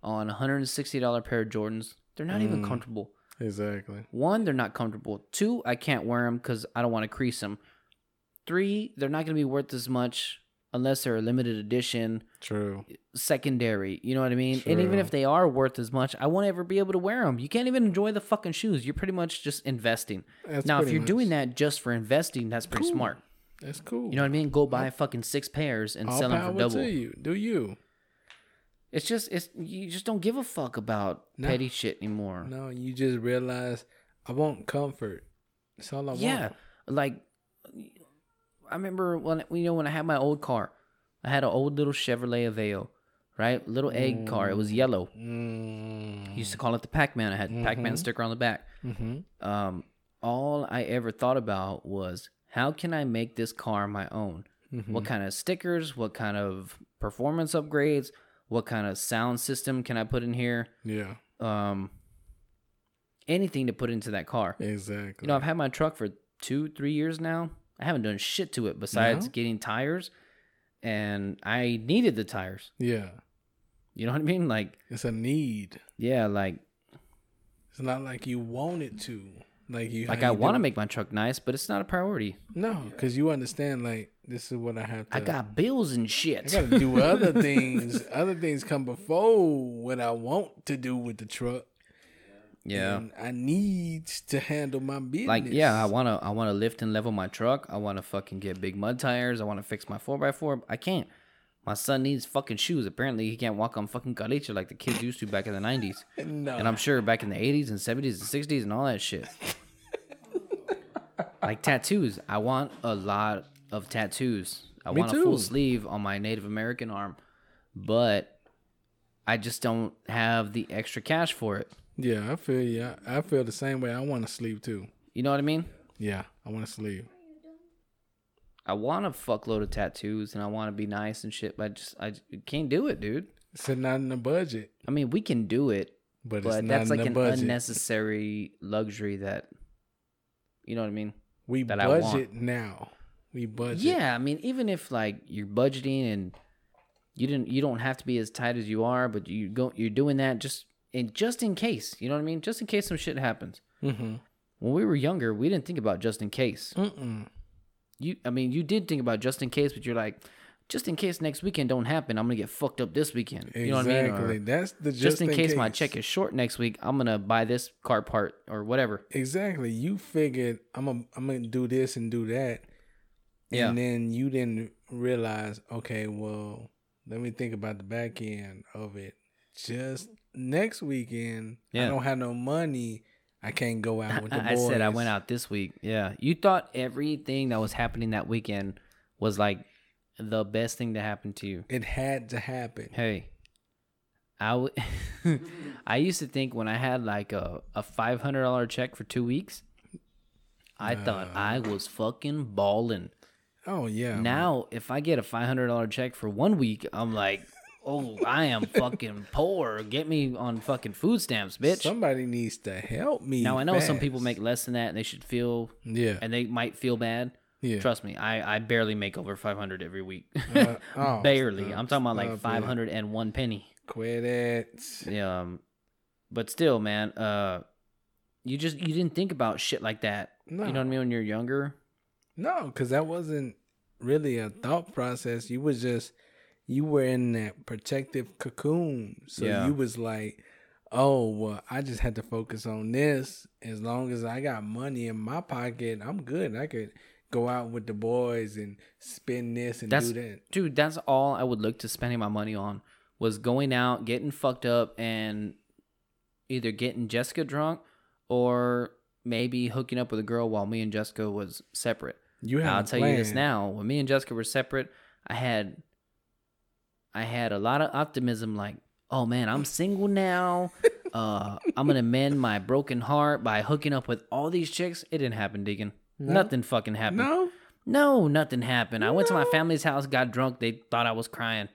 on a hundred and sixty dollar pair of Jordans? They're not Mm. even comfortable. exactly. One, they're not comfortable. Two, I can't wear them because I don't want to crease them. Three, they're not going to be worth as much unless they're a limited edition True. secondary. You know what I mean? And even if they are worth as much, I won't ever be able to wear them. You can't even enjoy the fucking shoes. You're pretty much just investing. That's now, if pretty you're much- doing that just for investing, that's pretty smart. That's cool. You know what I mean? Go buy fucking six pairs and All sell them power for double. to you. Do you? It's just it's you just don't give a fuck about No. petty shit anymore. No, you just realize I want comfort. That's all I want. Yeah, like I remember when you know when I had my old car, I had an old little Chevrolet Aveo, right? Little egg car. It was yellow. Mm. Used to call it the Pac Man. I had Pac Man sticker on the back. Mm-hmm. Um, all I ever thought about was how can I make this car my own? Mm-hmm. What kind of stickers? What kind of performance upgrades? What kind of sound system can I put in here? Yeah, Um, anything to put into that car. exactly. You know, I've had my truck for two, three years now. I haven't done shit to it besides getting tires, and I needed the tires. yeah, You know what I mean? Like, it's a need. yeah, like It's not like you want it to. Like you, like how I you want to do- make my truck nice, but it's not a priority. no, because you understand. Like this is what I have to. I got bills and shit. I gotta do other things. <laughs> Other things come before what I want to do with the truck. yeah. And I need to handle my business. like yeah, I wanna I wanna lift and level my truck. I wanna fucking get big mud tires. I wanna fix my four x four. I can't. My son needs fucking shoes. Apparently, he can't walk on fucking caliche like the kids used to back in the nineties, <laughs> No. and I'm sure back in the eighties and seventies and sixties and all that <laughs> shit. like tattoos, I want a lot of tattoos. I want a too. full sleeve on my Native American arm, but I just don't have the extra cash for it. yeah, I feel yeah. I feel the same way. I want to sleep too. You know what I mean? Yeah, I want to sleep. I want a fuckload of tattoos and I want to be nice and shit, but I just I j- can't do it, dude. It's not in the budget, I mean, we can do it, but, it's but not that's in like the an budget. unnecessary luxury that you know what I mean? we that I want. budget now. We budget. Yeah, I mean, even if like you're budgeting and you didn't you don't have to be as tight as you are, but you go you're doing that just in just in case, you know what I mean? Just in case some shit happens. Mm-hmm. When we were younger, we didn't think about just in case. Mm-mm. You, I mean, you did think about just in case, but you're like, just in case next weekend don't happen, I'm gonna get fucked up this weekend. Exactly. You know what I mean? Or that's the just, just, in, case, my check is short next week, I'm gonna buy this car part or whatever. Exactly. You figured I'm a, I'm gonna do this and do that, Yeah. and then you didn't realize. Okay, well, let me think about the back end of it. Just next weekend, Yeah. I don't have no money. I can't go out with the <laughs> I, I boys. said I went out this week. Yeah, you thought everything that was happening that weekend was like the best thing that happened to you. It had to happen. Hey, I w- <laughs> I used to think when I had like a a five hundred dollar check for two weeks, I thought I was fucking balling. Oh yeah. Now, if I get a five hundred dollar check for one week, I'm like, oh, <laughs> I am fucking poor. Get me on fucking food stamps, bitch. somebody needs to help me. now I know some people fast. make less than that, and they should feel, Yeah. and they might feel bad. yeah. Trust me, I I barely make over five hundred every week. <laughs> oh, barely. I'm talking about like stop it. five hundred and one penny. Quit it. Yeah, um, but still, man, uh, you just you didn't think about shit like that. No. You know what I mean? When you're younger, No, because that wasn't really a thought process. You was just you were in that protective cocoon. So Yeah. you was like, Oh, well, I just had to focus on this. As long as I got money in my pocket, I'm good. I could go out with the boys and spend this and That's- do that. dude, that's all I would look to spending my money on was going out, getting fucked up, and either getting Jessica drunk or maybe hooking up with a girl while me and Jessica was separate. You Now, have I'll tell you this now: when me and Jessica were separate, I had, I had a lot of optimism. Like, oh man, I'm single now. Uh, I'm gonna mend my broken heart by hooking up with all these chicks. It didn't happen, Deacon. Nothing fucking happened. No? No, nothing happened. I went to my family's house, got drunk. They thought I was crying.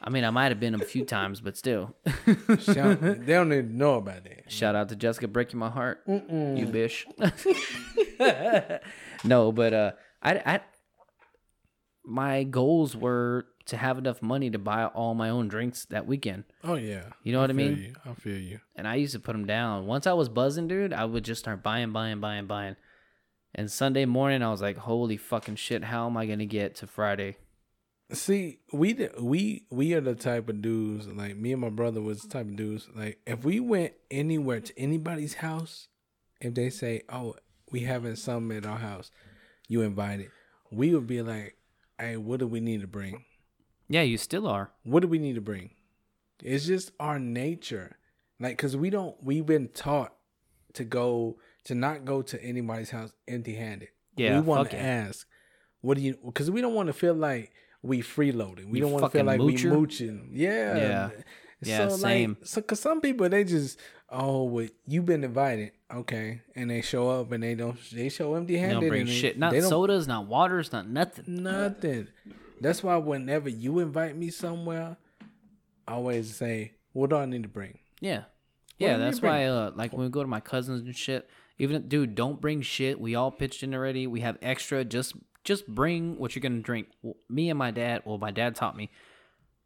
I mean, I might have been a few times, but still. <laughs> Shout- <laughs> they don't even know about that. Shout out to Jessica breaking my heart. You <laughs> bitch. <laughs> no, but uh, I, I, my goals were to have enough money to buy all my own drinks that weekend. Oh yeah. You know what I mean? you. I feel you. And I used to put them down. Once I was buzzing, dude, I would just start buying, buying, buying, buying. And Sunday morning, I was like, "Holy fucking shit! How am I gonna get to Friday?" See, we d- we we are the type of dudes like me and my brother was the type of dudes like if we went anywhere to anybody's house, if they say, "Oh, we having something at our house," you invited, we would be like, "Hey, what do we need to bring? Yeah, you still are. What do we need to bring?" It's just our nature, like because we don't we've been taught to go to not go to anybody's house empty handed. Yeah, we want fuck to it. ask, What do you? Because we don't want to feel like we freeloading. We You don't want to feel fucking like we moocher? mooching. Yeah. Yeah. Yeah, So same. Like, so, cause some people they just oh, well, you've been invited, okay, and they show up and they don't they show empty They handed. don't bring and they- shit. Not they don't- sodas, not waters, not nothing. Nothing. That's why whenever you invite me somewhere, I always say, "What do I need to bring?" Yeah. Yeah, do you that's bring? why uh like when we go to my cousins and shit, even dude, don't bring shit. We all pitched in already. We have extra. Just just bring what you're going to drink. W- Me and my dad, well my dad taught me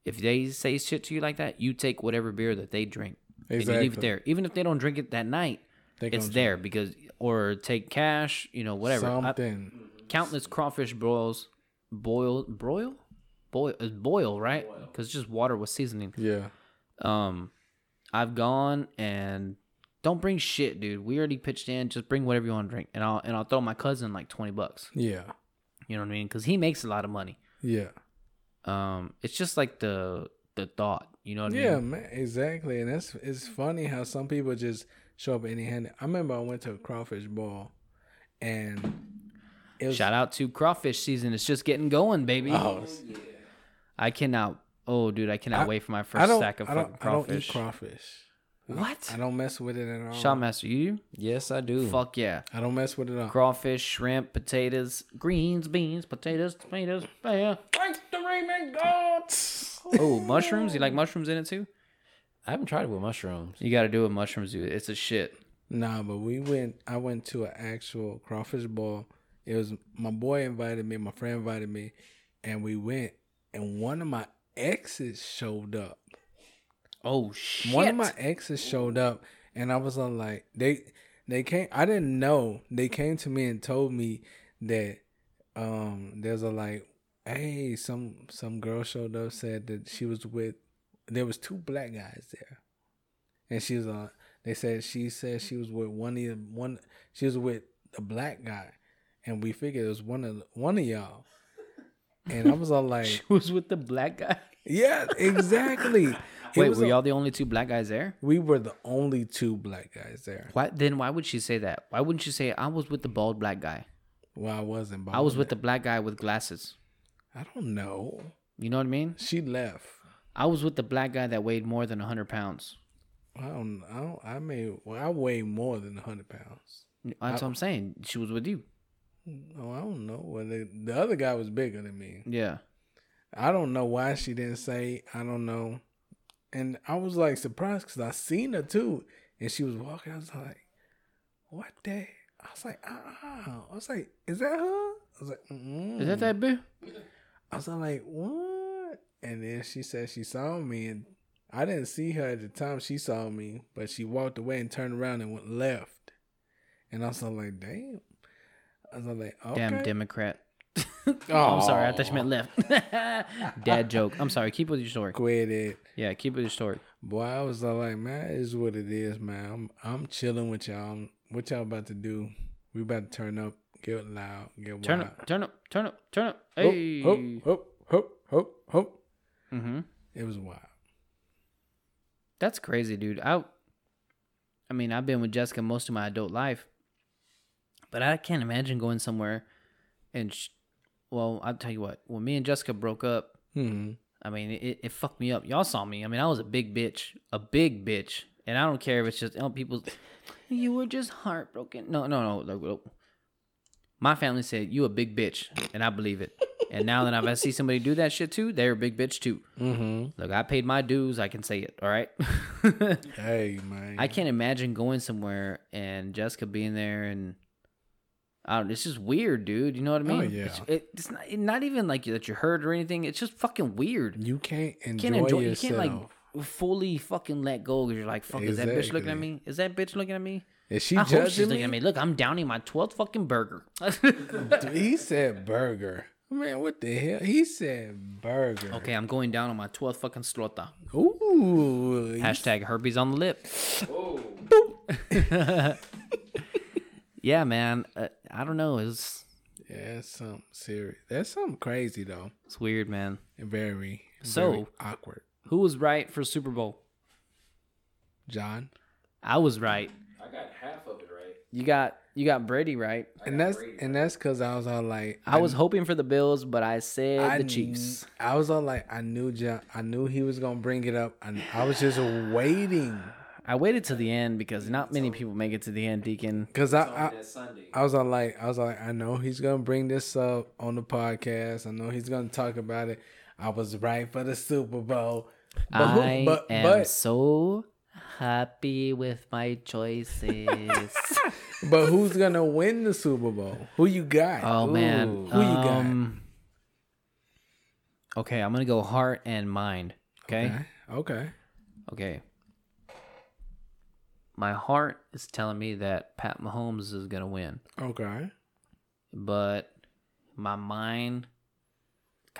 if they say shit to you like that, you take whatever beer that they drink. And you leave it Exactly. there. Even if they don't drink it that night, They it's gonna there because or take cash, you know, whatever. I- Something. countless crawfish broils, boil, broil, boil, it's boil, right? Because just water with seasoning. yeah. Um, I've gone and don't bring shit, dude. We already pitched in. Just bring whatever you want to drink, and I'll and I'll throw my cousin like twenty bucks. Yeah. You know what I mean? Because he makes a lot of money. Yeah. Um, it's just like the the thought. You know what I Yeah, mean? man, exactly. And that's it's funny how some people just show up any hand. I remember I went to a crawfish ball and it was Shout out to crawfish season. It's just getting going, baby. Oh, I cannot. Oh, dude, I cannot I- wait for my I first don't, sack of I fucking don't, I don't eat crawfish. crawfish. What? I don't mess with it at all. Shotmaster, you? Yes, I do. Fuck yeah. I don't mess with it at all. crawfish, shrimp, potatoes, greens, beans, potatoes, tomatoes, yeah. Oh, mushrooms? You like mushrooms in it too? I haven't tried it with mushrooms. You got to do it with mushrooms, dude. It's a shit. Nah, but we went. I went to an actual crawfish ball. It was my boy invited me, my friend invited me, and we went. And one of my exes showed up. Oh shit. One of <laughs> my exes showed up, and I was on like they they came. I didn't know they came to me and told me that um there's a like hey some some girl showed up said that she was with there was two black guys there, and she was on. They said she said she was with one of the- one. She was with the black guy, and we figured it was one of one of y'all. And I was all <laughs> like, was with the black guy. yeah, exactly. It Wait, was were a- y'all the only two black guys there? we were the only two black guys there. Why then? Why would she say that? Why wouldn't she say I was with the bald black guy? Well, I wasn't. But I was with the black guy with glasses. I don't know. You know what I mean? She left. I was with the black guy that weighed more than hundred pounds. I don't. I don't. I mean, well, I weigh more than hundred pounds. That's what I'm saying. She was with you. Oh, I don't know. Well, the, the other guy was bigger than me. Yeah. I don't know why she didn't say. I don't know. And I was like surprised because I seen her too, and she was walking. I was like, "What the?" I was like, "Ah!" I was like, "Is that her?" I was like, mm Is that that boo? I was like, what? And then she said she saw me, and I didn't see her at the time she saw me, but she walked away and turned around and went left. And I was like, damn. I was like, okay. Damn Democrat. <laughs> Oh, I'm sorry. I thought you meant left. <laughs> Dad joke. I'm sorry. Keep with your story. Quit it. Yeah, keep with your story. Boy, I was all like, man, it is what it is, man. I'm I'm chilling with y'all. I'm- what y'all about to do? We about to turn up, get loud, get Turn wild. up, turn up, turn up, turn up. Hop, Hey. hop, hop, hop, hop, hop. Mm-hmm. It was wild. That's crazy, dude. I, I mean, I've been with Jessica most of my adult life, but I can't imagine going somewhere and, sh- well, I'll tell you what. When me and Jessica broke up, Hmm. I mean, it, it fucked me up. Y'all saw me. I mean, I was a big bitch, a big bitch, and I don't care if it's just you know, people. You were just heartbroken. No, no, no. like, well, My family said you a big bitch, and I believe it. And now that I've seen somebody do that shit too, they're a big bitch too. Mm-hmm. Look, I paid my dues. I can say it. All right. <laughs> Hey, man. I can't imagine going somewhere and Jessica being there and I don't. It's just weird, dude. You know what I mean? Oh, yeah. It's, it, it's not, it, not even like that you heard or anything. It's just fucking weird. You can't enjoy, can't enjoy. yourself. You can't like fully fucking let go because you're like, fuck. Is that bitch looking at Exactly. me? Is that bitch looking at me? Is she I judging hope she's me? looking at me. Look, I'm downing my twelfth fucking burger. <laughs> He said burger. Man, what the hell? He said burger. okay, I'm going down on my twelfth fucking slota. Ooh. he- Hashtag herpes on the lip. <laughs> yeah, man. Uh, I don't know. It's Yeah, that's something serious. That's something crazy though. it's weird, man. Very, So- very awkward. Who was right for Super Bowl? John. I was right. I got half of it right. You got You got Brady right. and that's and that's because I was all like, I was hoping for the Bills, but I said the kn- Chiefs. I was all like, I knew John, I knew he was gonna bring it up. I, I was just waiting I waited to the end because not many people make it to the end, Deacon. because I, I I was all like, I was all like, I know he's gonna bring this up on the podcast. I know he's gonna talk about it. I was right for the Super Bowl. But who- I but- am but- so happy with my choices. But who's gonna win the Super Bowl? Who you got? <laughs> oh man, Who you got? Um, Okay, I'm gonna go heart and mind. Okay, okay. Okay. My heart is telling me that Pat Mahomes is gonna win, Okay. but my mind,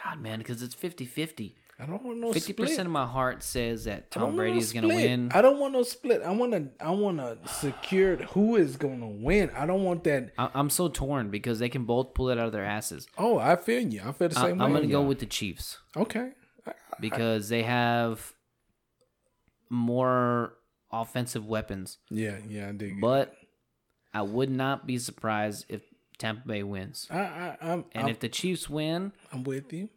God man, because it's 50-50. I don't want no Fifty 50% percent split. of my heart says that I don't Tom want Brady no is gonna split. win. I don't want no split. I want to. I want to secure who is gonna win. I don't want that. I- I'm so torn because they can both pull it out of their asses. Oh, I feel you. I feel the I- same I'm way. gonna go Yeah. with the Chiefs Okay. because they have more offensive weapons. Yeah, yeah, I dig. it. But I would not be surprised if Tampa Bay wins. I, I, I'm, And I'm, if the Chiefs win, I'm with you.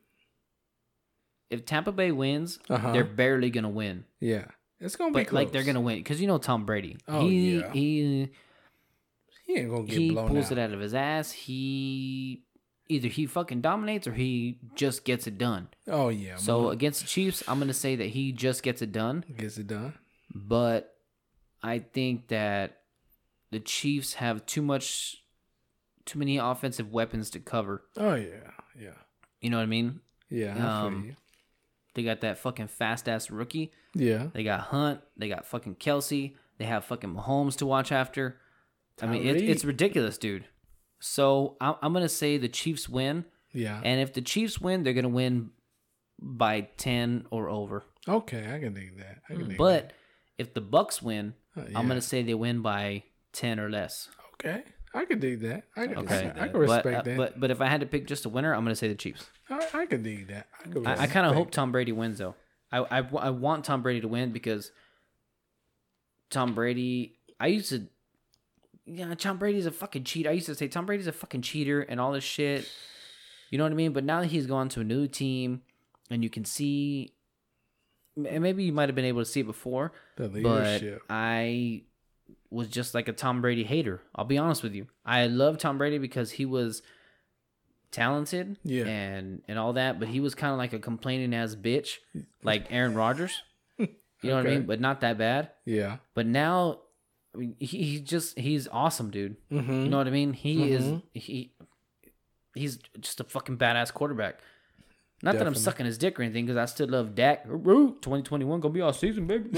if Tampa Bay wins, Uh-huh. they're barely gonna win. Yeah, it's gonna be But close. like they're gonna win because you know Tom Brady. Oh, he yeah. he He ain't gonna get he blown pulls out. it out of his ass. He either he fucking dominates or he just gets it done. Oh yeah. So uh, Mahomes against the Chiefs, I'm gonna say that he just gets it done. gets it done. But I think that the Chiefs have too much, too many offensive weapons to cover. Oh yeah, yeah, You know what I mean? yeah. I feel Um, They got that fucking fast ass rookie. you. Yeah. They got Hunt. They got fucking Kelsey. They have fucking Mahomes to watch after. I mean, it, Tyreek. it's ridiculous, dude. So I, I'm gonna say the Chiefs win. Yeah. And if the Chiefs win, they're going to win by 10 or over. okay, I can dig that. I can dig But if the Bucks win, that. Uh, I'm yeah. going to say they win by 10 or less. Okay, I can dig that. I can. Okay. I can respect but, uh, that. But but if I had to pick just a winner, I'm going to say the Chiefs. I, I can dig that. I, can I, I kind of respect- hope Tom Brady wins though. I, I w- I want Tom Brady to win because Tom Brady. I used to. Yeah, Tom Brady's a fucking cheat. I used to say Tom Brady's a fucking cheater and all this shit. You know what I mean? But now that he's gone to a new team, and you can see, and maybe you might have been able to see it before, the but leadership. I was just like a Tom Brady hater. I'll be honest with you. I love Tom Brady because he was talented Yeah. and and all that, but he was kind of like a complaining ass bitch, like <laughs> Aaron Rodgers. You know what I Okay. mean? But not that bad. yeah. But now, I mean, he, he just he's awesome, dude. Mm-hmm. You know what I mean? He Mhm. is he he's just a fucking badass quarterback. Not that I'm Definitely. sucking his dick or anything, because I still love Dak. 2021 gonna be our season, <laughs> baby.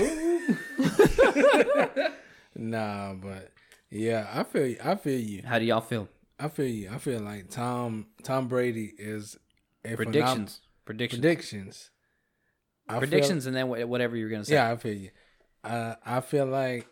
nah, but yeah, I feel. You. I feel you. How do y'all feel? I feel you. I feel like Tom Tom Brady is a phenom- predictions, predictions, predictions. I feel- predictions, and then wha- whatever you're gonna say. yeah, I feel you. Uh, I feel like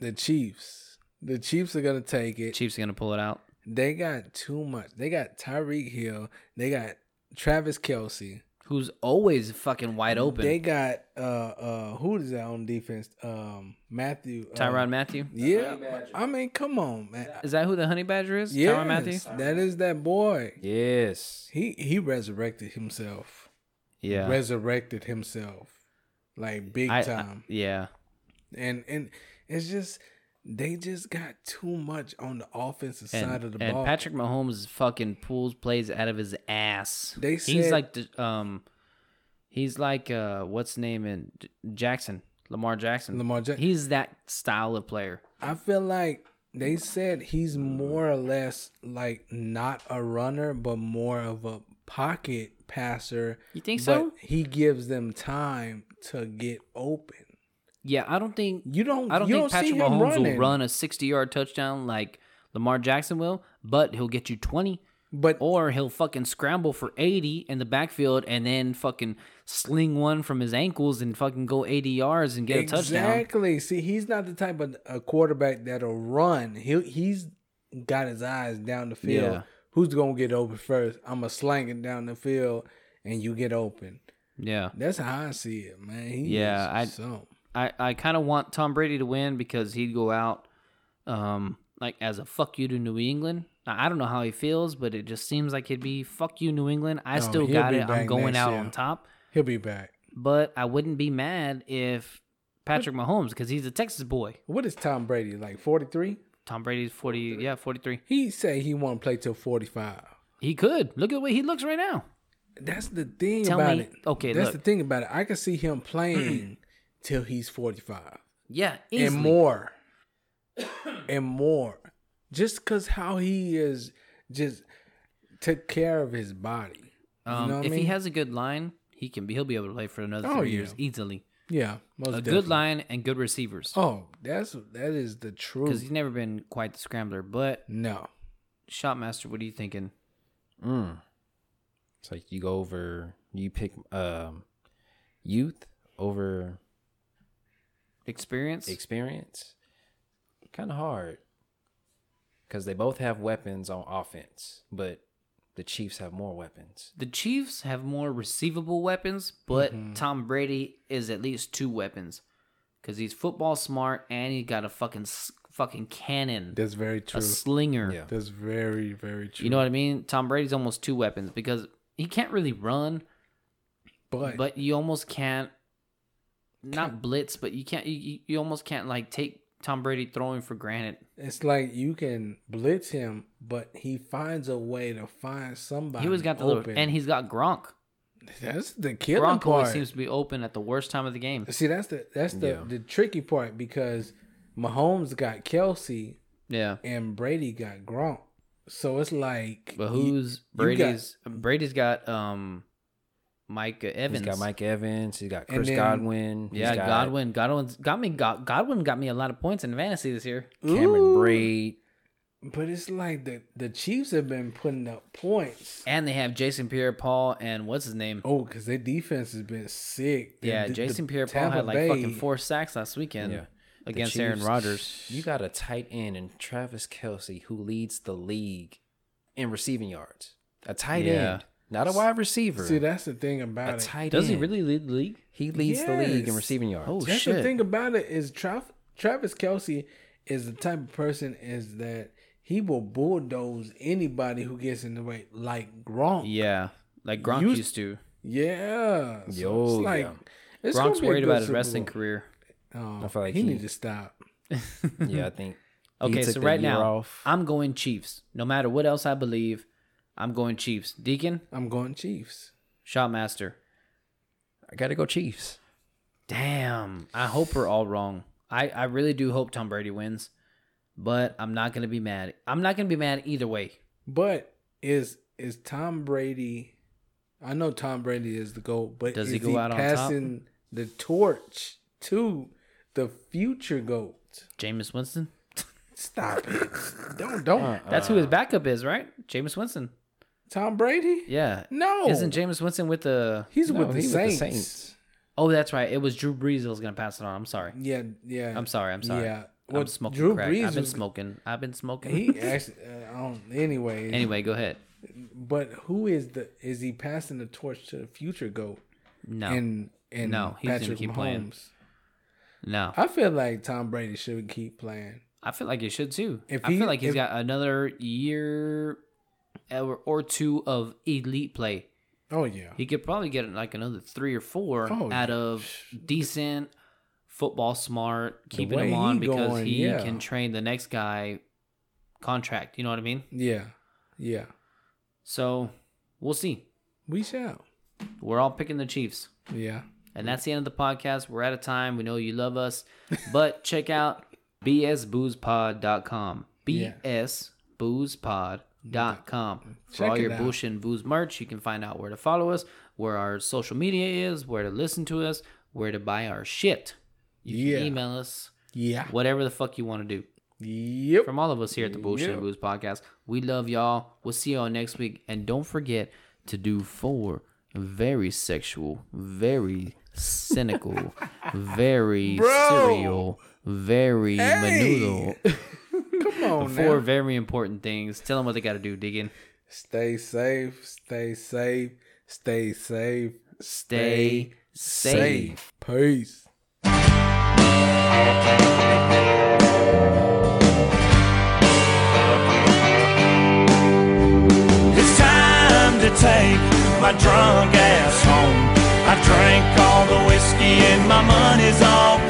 the Chiefs. The Chiefs are gonna take it. Chiefs are gonna pull it out. They got too much. They got Tyreek Hill. They got Travis Kelsey. Who's always fucking wide open? They got uh uh who is that on defense? Um Matthew. uh, Tyron Matthew. Yeah. I mean, come on, man. Is that who the honey badger is? Yeah, Tyron Matthew. that is that boy. Yes. He he resurrected himself. Yeah. resurrected himself like big I- I- time yeah. and and it's just they just got too much on the offensive And, side of the and ball Patrick Mahomes fucking pulls plays out of his ass. They he's said- like the um, he's like uh, what's his name in J- Jackson Lamar Jackson. Lamar Jack- He's that style of player. i feel like they said he's more or less like not a runner but more of a pocket passer You think but so? he gives them time to get open Yeah, I don't think you don't I don't you think don't see Patrick him Mahomes running, will run a 60 yard touchdown like Lamar Jackson will, but he'll get you 20 but or he'll fucking scramble for 80 in the backfield and then fucking sling one from his ankles and fucking go 80 yards and get a touchdown. Exactly. See, he's not the type of a quarterback that'll run. He he's got his eyes down the field. Yeah. Who's gonna get open first? I'm gonna slang it down the field, and you get open. Yeah. That's how I see it, man. He Yeah, is I- something. I, I kind of want Tom Brady to win because he'd go out um like as a fuck you to New England. Now, I don't know how he feels, but it just seems like he'd be fuck you, New England. I No, still Oh, he'll got be it. I'm back going next out year. on top. He'll be back. But I wouldn't be mad if Patrick Mahomes, because he's a Texas boy. What is Tom Brady like? Forty three. Tom Brady's forty, yeah, forty three. He say he won't play till forty five. He could look at the way he looks right now. That's the thing Tell about me- it. okay, that's look. the thing about it. I can see him playing <clears throat> till he's forty five. Yeah, easily. and more and more just because how he is just took care of his body Um, know what I if he mean? has a good line, he can be. He'll be able to play for another Oh, three yeah. years easily. yeah most a definitely. good line and good receivers. oh that's that is the Because truth he's never been quite the scrambler. But no Shotmaster, what are you thinking? Mm. It's like you go over, you pick um, youth over Experience? experience. Kind of hard because they both have weapons on offense, but the Chiefs have more weapons. the Chiefs have more receivable weapons, but Mm-hmm. Tom Brady is at least two weapons. Because he's football smart and he got a fucking s- fucking cannon, that's very a true slinger. Yeah. that's very very true You know what I mean? Tom Brady's almost two weapons because he can't really run, but, but you almost can't not blitz, but you can't you- you, you almost can't like take Tom Brady throwing for granted. it's like you can blitz him but he finds a way to find somebody He always got the open. little, and he's got Gronk. that's the killing Gronk always part seems to be open at the worst time of the game. see that's the that's the, Yeah. the tricky part because mahomes got kelsey Yeah, and Brady got Gronk. So it's like, but who's you got- Brady's? Brady's got um, Mike Evans. He's got Mike Evans. He's got And Chris then- Godwin. he's Yeah, got Godwin. Godwin's got me. Got, Godwin got me a lot of points in fantasy this year. Cameron Braid. but it's like the the Chiefs have been putting up points. And they have Jason Pierre-Paul and what's his name? Oh, because their defense has been sick. yeah, The- the- Jason the Pierre-Paul Tampa had like Bay- fucking four sacks last weekend Yeah. The against Chiefs- Aaron Rodgers. You got a tight end and Travis Kelsey who leads the league in receiving yards. A tight Yeah. end, not a wide receiver. See, that's the thing about a it. tight Does he end. really lead the league? He leads the league in Yes. receiving yards. Oh, that's the shit. thing about it is Trav- Travis Kelsey is the type of person is that he will bulldoze anybody who gets in the way, like Gronk. Yeah, like Gronk You- used to. yeah. So Yo, it's like yeah. it's gonna Gronk's be a worried good about his Super wrestling Bowl. career. Oh, I feel like he, he- needs to stop. yeah, I think. <laughs> he Okay, took so the right year now off. I'm going Chiefs. No matter what else I believe, I'm going Chiefs. Deacon, I'm going Chiefs. Shotmaster. I gotta go Chiefs. Damn, I hope we're all wrong. I, I really do hope Tom Brady wins, but I'm not gonna be mad. I'm not gonna be mad either way. But is is Tom Brady? I know Tom Brady is the goat, but Does is he go out on top? passing the torch to the future goat? Jameis Winston. Stop it! Don't don't That's who his Uh. backup is, right? Jameis Winston. Tom Brady. Yeah. No, Isn't Jameis Winston with the? he's No, with, the, he with the Saints. Saints. Oh, that's right. It was Drew Brees that was gonna pass it on. I'm sorry. Yeah, yeah. I'm sorry. I'm sorry. Yeah. I'm Well, smoking Drew crack. Brees I've been was- smoking. I've been smoking. <laughs> He actually. Uh, I don't, anyway, anyway, go ahead. but who is the? Is he passing the torch to the future goat? No. And and No, he's gonna Patrick keep Mahomes. playing. no. I feel like Tom Brady should keep playing. I feel like it should too. If I he- feel like he's if- got another year or, or two of elite play. Oh yeah. He could probably get like another three or four Oh, out yeah. of decent football smart, keeping way him on he because going, he yeah. can train the next guy contract. You know what I mean? Yeah. Yeah. So we'll see. We shall. We're all picking the Chiefs. Yeah. And that's the end of the podcast. We're out of time. We know you love us. <laughs> But check out bsboozepod.com. Yeah. bsboozepod.com. For Check all it your out. Bush and Booze merch, you can find out where to follow us, where our social media is, where to listen to us, where to buy our shit. You Yeah. can email us, Yeah. whatever the fuck you want to do. Yep. From all of us here at the Bullshit and Booze podcast, we love y'all. We'll see y'all next week. And don't forget to do four very sexual, very <laughs> cynical, very serial, very menudo. Come on now. Four very important things. Tell them what they got to do, Diggin. Stay safe. Stay safe. Stay safe. Stay safe. Peace. my drunk ass home. I drank all the whiskey and my money's all